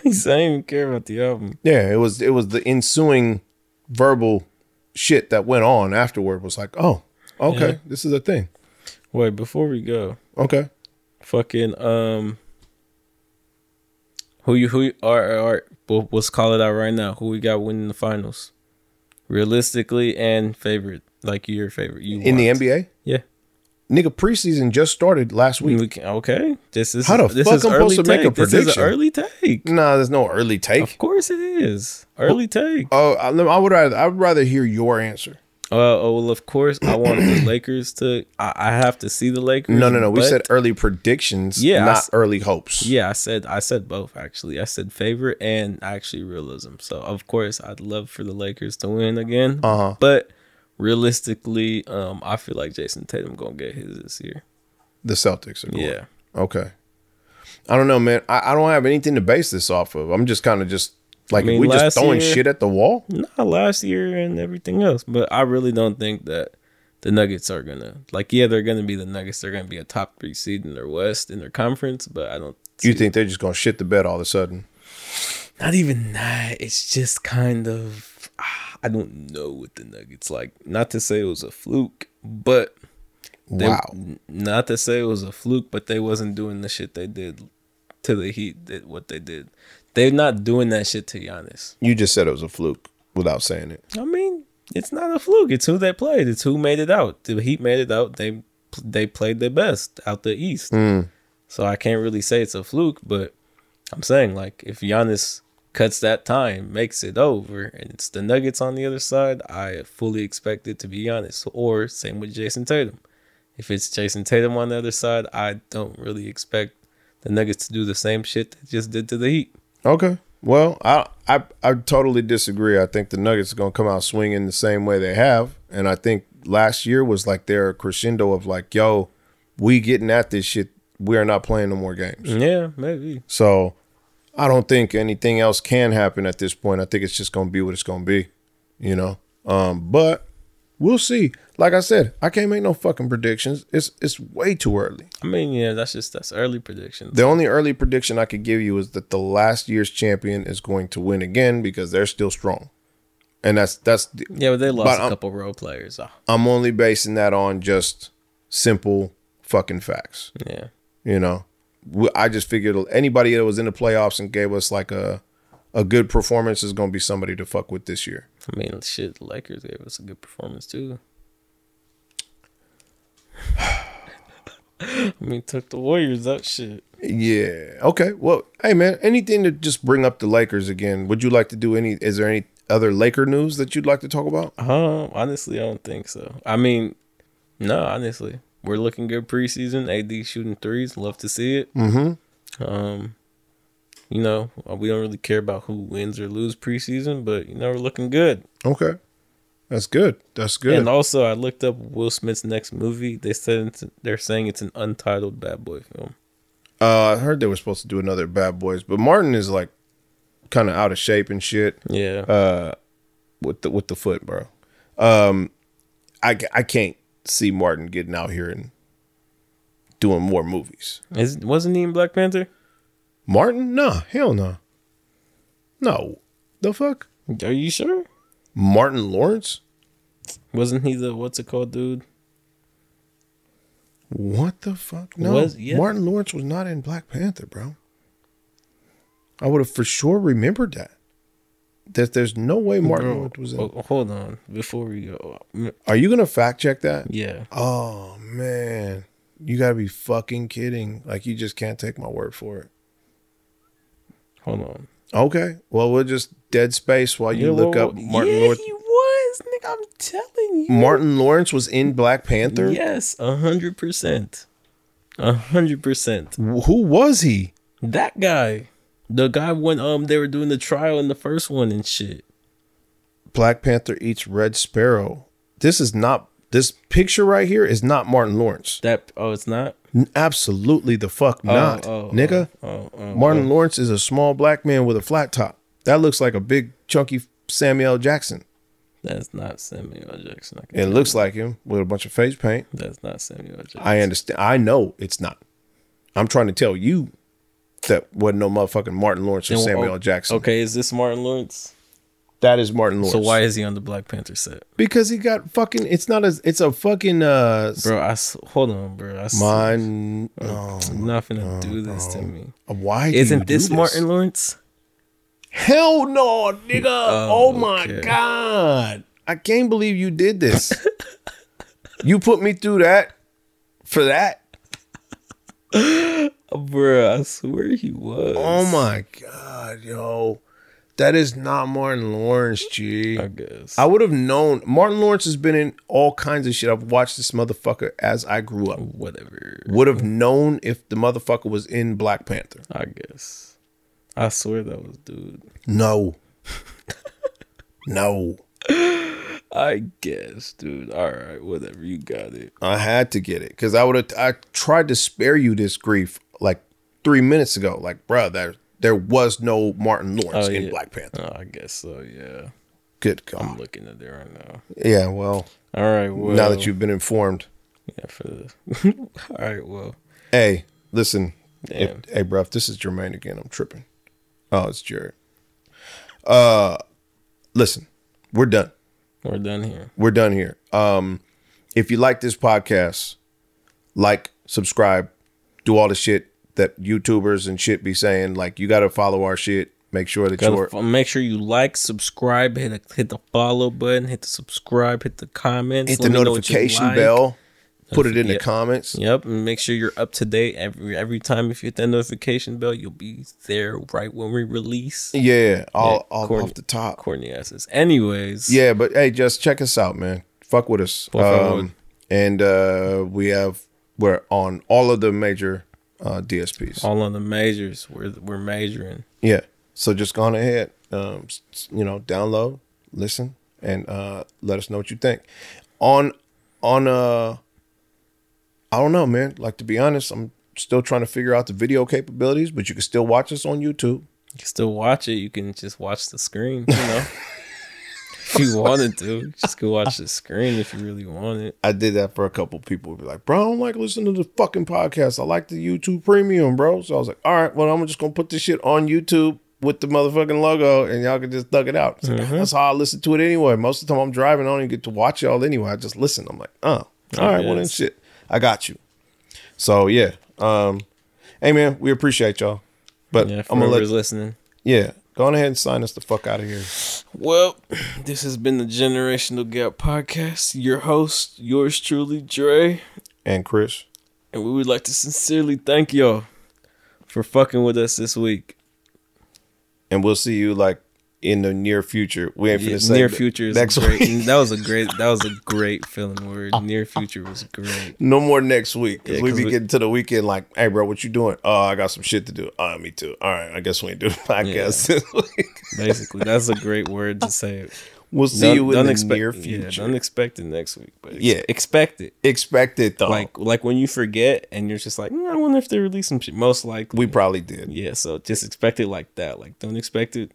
He's I didn't even care about the album.
yeah, it was it was the ensuing verbal shit that went on afterward was like, oh, okay,
Yeah.
this is a thing.
Wait, before we go,
Okay.
fucking um, who you who you, all right, all right, well, let's call it out right now. Who we got winning the finals, realistically and favorite, like your favorite. You
In the
want.
NBA?
yeah.
Nigga, preseason just started last
We,
week.
can, okay, this is
How the
this
fuck
is
I'm
early
supposed to
take.
make a
this is
prediction?
an early take.
Nah, there's no early
Of
take.
course it is early take.
Oh, I, I would rather I would rather hear your answer.
Uh, oh well, of course I want the [coughs] Lakers to. I, I have to see the Lakers.
No, no, no. We
Mm-hmm. but-
said early predictions,
Yeah, I
not
s-
early hopes.
Yeah, I said I said both actually. I said favorite and actually realism. So of course I'd love for the Lakers to win again.
Uh-huh.
But realistically, um, I feel like Jason Tatum gonna get his this year.
The Celtics are going.
Yeah.
Okay. I don't know, man. I, I don't have anything to base this off of. I'm just kind of just like
I mean,
we
last
just throwing
year-
shit at the wall.
Not last year and everything else. But I really don't think that the Nuggets are gonna like yeah, they're gonna be the Nuggets, they're gonna be a top three seed in their West in their conference, but I don't
You
see-
think they're just gonna shit the bed all of a sudden?
not even that. It's just kind of ah, I don't know what the Nuggets like. Not to say it was a fluke, but they,
wow.
n- Not to say it was a fluke, but they wasn't doing the shit they did to the Heat. That what they did, they're not doing that shit to Giannis.
You just said it was a fluke without saying it.
I mean, it's not a fluke. It's who they played. It's who made it out. The Heat made it out. They they played their best out the East. So I can't really say it's a fluke, but I'm saying like if Giannis cuts that time, makes it over, and it's the Nuggets on the other side, I fully expect it to be Giannis. Or same with Jason Tatum. If it's Jason Tatum on the other side, I don't really expect the Nuggets to do the same shit they just did to the Heat.
Okay. Well, I I I totally disagree. I think the Nuggets are gonna come out swinging the same way they have, and I think last year was like their crescendo of like, yo, we getting at this shit. We are not playing no more games.
Yeah, maybe.
So I don't think anything else can happen at this point. I think it's just going to be what it's going to be, you know. Um, but we'll see. Like I said, I can't make no fucking predictions. It's it's way too early.
I mean, yeah, that's just that's early predictions.
The only early prediction I could give you is that the last year's champion is going to win again because they're still strong. And that's that's the,
Yeah, but they lost
But um,
a
I'm-
couple role players. Oh,
I'm only basing that on just simple fucking facts.
yeah.
You know, we, I just figured anybody that was in the playoffs and gave us like a a good performance is going to be somebody to fuck with this year.
I mean, shit, the Lakers gave us a good performance too. [sighs] I mean, took the Warriors up shit.
Yeah. Okay. Well, hey man, anything to just bring up the Lakers again? Would you like to do any? Is there any other Laker news that you'd like to talk about?
Um, honestly, I don't think so. I mean, no, honestly, we're looking good preseason. AD shooting threes, love to see it.
Mm-hmm.
Um, you know, we don't really care about who wins or lose preseason, but you know, we're looking good.
Okay. That's good. That's good.
And also, I looked up Will Smith's next movie. They said it's, they're saying it's an untitled bad boy film.
uh, I heard they were supposed to do another Bad Boys, but Martin is like kind of out of shape and shit.
Yeah.
with the with the foot, bro. Um, I ca- I can't see Martin getting out here and doing more movies.
Is wasn't he in Black Panther?
Martin? Nah, hell no. No. The fuck?
Are you sure?
Martin Lawrence?
Wasn't he the what's it called dude?
What the fuck? No.
Was- yeah.
Martin Lawrence was not in Black Panther, bro. I would have for sure remembered that. That there's no way Martin
Bro,
Lawrence was in.
ho- Oh, hold on, before we go, mm,
Are you gonna fact check that?
yeah,
Oh man. You gotta be fucking kidding. Like you just can't take my word for it.
hold on.
Okay. Well, we'll just dead space while you
Yeah,
look
well,
up Martin
Yeah,
Lawrence.
he was, nigga. I'm telling you.
Martin Lawrence was in Black Panther.
Yes, a hundred percent, a hundred percent.
Who was he?
That guy, the guy when um they were doing the trial in the first one and shit.
Black Panther eats Red Sparrow. This is not this picture right here is not Martin Lawrence.
That oh, it's not.
N- Absolutely the fuck not.
oh,
nigga.
Oh, oh,
Martin Lawrence is a small black man with a flat top. That looks like a big chunky Samuel Jackson.
that's not Samuel Jackson. I can
It looks like him with a bunch of face paint.
That's not Samuel Jackson.
I understand. I know it's not. I'm trying to tell you that wasn't no motherfucking Martin Lawrence or
Then,
Samuel
oh,
Jackson.
Okay, is this Martin Lawrence?
That is Martin Lawrence.
So why is he on the Black Panther set,
Because he got fucking. It's not a. It's a fucking. uh
bro? I s- hold on, bro. I s-
Mine. Oh,
I'm not gonna do this to me.
why do you
Isn't
do
this Martin Lawrence?
Hell no, nigga! Oh, my
okay.
god! I can't believe you did this. you put me through that for that.
Uh, Bro, I swear he was.
Oh my god, yo, that is not Martin Lawrence, G.
I guess.
I would have known. Martin Lawrence has been in all kinds of shit. I've watched this motherfucker as I grew up.
Whatever.
Would have known if the motherfucker was in Black Panther.
I guess. I swear that was dude.
No. no.
I guess, dude. All right, whatever. You got it.
I had to get it because I would have. I tried to spare you this grief like three minutes ago. Like, bruh, there there was no Martin Lawrence
Oh,
in
yeah.
Black Panther.
Oh, I guess so. Yeah.
Good
I'm
God.
looking at it right now.
Yeah. Well,
All right. Well,
now that you've been informed,
yeah for the. [laughs] All right. Well.
hey, listen, if,
Damn.
hey, bruh, if this is Jermaine again. I'm tripping. Oh, it's Jared. Uh, listen, we're done.
We're done here.
we're done here. Um, if you like this podcast, like, subscribe, do all the shit that YouTubers and shit be saying. Like, you got to follow our shit. Make sure that
Gotta
you're
fo- make sure you like, subscribe, hit the, hit the follow button, hit the subscribe, hit the comments,
hit the
let me know what you
notification
like.
bell, put it in the
Yeah.
comments.
Yep, and make sure you're up to date every every time. If you hit that notification bell, you'll be there right when we release.
Yeah, all, all
Courtney-
off the top.
Courtney asses. Anyways,
Yeah, but hey, just check us out, man. Fuck with us.
favor.
Um, and uh, we have we're on all of the major uh, DSPs.
all on the majors. We're we're majoring.
Yeah. So just go on ahead, um, s- s- you know, download, listen, and uh, let us know what you think. On, on, uh, I don't know, man. Like to be honest, I'm still trying to figure out the video capabilities, but you can still watch us on YouTube.
You can still watch it. You can just watch the screen.
[laughs]
You know, if you wanted to, just go watch the screen if you really want it.
I did that for a couple people. Be like, bro, I don't like listening to the fucking podcast. I like the YouTube Premium, bro. So I was like, all right, well, I'm just gonna put this shit on YouTube with the motherfucking logo, and y'all can just thug it out. It's like,
Mm-hmm.
That's how I listen to it anyway. Most of the time, I'm driving. I don't even get to watch y'all anyway. I just listen. I'm like, oh, all right, well then,
Yes.
shit, I got you. So yeah, um, hey man, we appreciate y'all, but
Yeah, for
I'm gonna
whoever's
let
listening.
yeah, go on ahead and sign us the fuck out of here.
Well, this has been the Generational Gap Podcast. Your host, yours truly, Dre.
And Chris,
And we would like to sincerely thank y'all for fucking with us this week.
and we'll see you like in the near future. We ain't
Yeah,
finna say
near
th-
future is
next
a great.
week.
That was a great. That was a great
[laughs]
feeling word. Near future was great.
No more next week. 'cause
Yeah,
we
'cause
be
we-
getting to the weekend like, hey, bro, what you doing? Oh, I got some shit to do. Oh, me too. All right, I guess we ain't doing a podcast this [laughs] week.
Basically, that's a great word to say.
We'll see
Don't-
you in
don't
the
expect-
near
yeah,
future.
don't expect it next week, but ex-
Yeah. Oh.
expect it.
Expect it though.
Like like when you forget and you're just like, "Mm, I wonder if they release some shit. Most likely,
we probably did.
yeah. So just expect it like that. Like don't expect it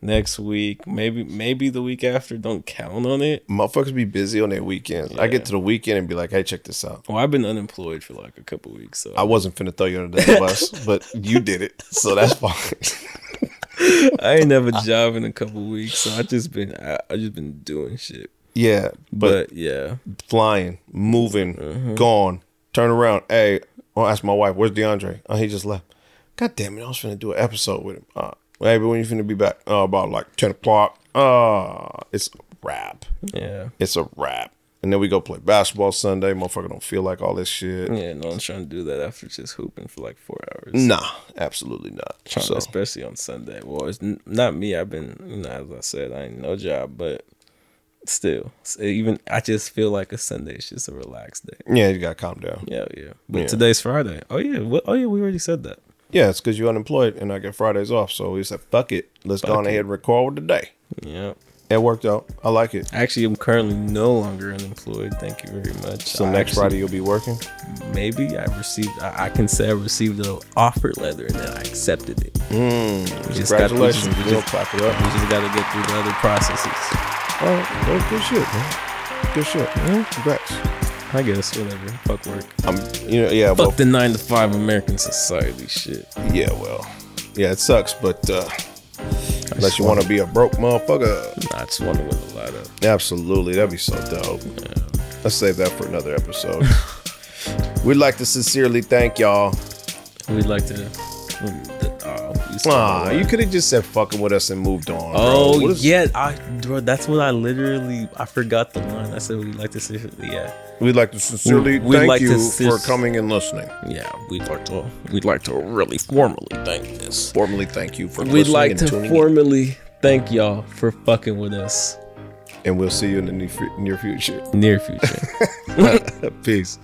next week, maybe maybe the week after. Don't count on it.
Motherfuckers be busy on their weekends. I get to the weekend and be like, hey, check this out.
Well, I've been unemployed for like a couple weeks, so
I wasn't finna throw you under the bus, but you did it, so
[laughs]
that's fine. [laughs]
I ain't have a job in a couple weeks. So I just been I, I just been doing shit.
yeah, but,
But, yeah,
flying, moving, gone, turn around. Hey, I'll ask my wife, where's DeAndre? Oh, he just left. God damn it, I was finna do an episode with him. Uh, hey, but when you finna be back? Oh, about like 10 o'clock. Uh, it's a wrap.
yeah,
It's a wrap. And then we go play basketball Sunday. Motherfucker don't feel like all this shit.
yeah. No one's trying to do that after just hooping for like four hours.
Nah, absolutely not.
Trying-
So,
especially on Sunday. Well, it's n- not me. I've been, you know, as I said, I ain't no job, but still, s- even I just feel like a Sunday is just a relaxed day.
yeah, you gotta calm down.
Yeah, yeah. But
Yeah.
today's Friday. Oh yeah. What, oh yeah. We already said that.
Yeah, it's because you're unemployed and I get Fridays off. So we said, fuck it. Let's go on
it.
ahead and record today.
Yeah.
It worked out. I like it.
Actually, I'm currently no longer unemployed. Thank you very much.
So
I
next
actually-
Friday you'll be working.
maybe I received. I, I can say I received an offer letter and then I accepted it. we just gotta- we
Hmm. Congratulations.
just-
We're
we
gonna
just-
clap it up.
We just got to get through the other processes.
All right, well, good shit, man. Good shit. Congrats.
I guess whatever. Fuck work.
I'm, you know, yeah, well,
Fuck the nine to five American society shit.
yeah, well, yeah, it sucks, but uh, unless you want to be a broke motherfucker,
I just want to win a lot of.
absolutely, that'd be so dope. Let's save that for another episode. [laughs] We'd like to sincerely thank y'all.
We'd like to. mm, the- oh, you said
Aw,
what?
you could have just said fucking with us and moved on. bro.
Oh
What is-
yeah, I bro. That's what I literally. I forgot the line. I said we'd like to see. Yeah,
We'd like to sincerely
We'd
thank
like to
you
sin-
for coming and listening.
yeah. We'd like to. We'd like to really formally thank this.
Formally, thank you for
We'd
listening
like
and
to
tuning
formally thank y'all for fucking with us. [laughs]
in. And we'll see you in the near fu- near future.
Near future.
[laughs] Peace.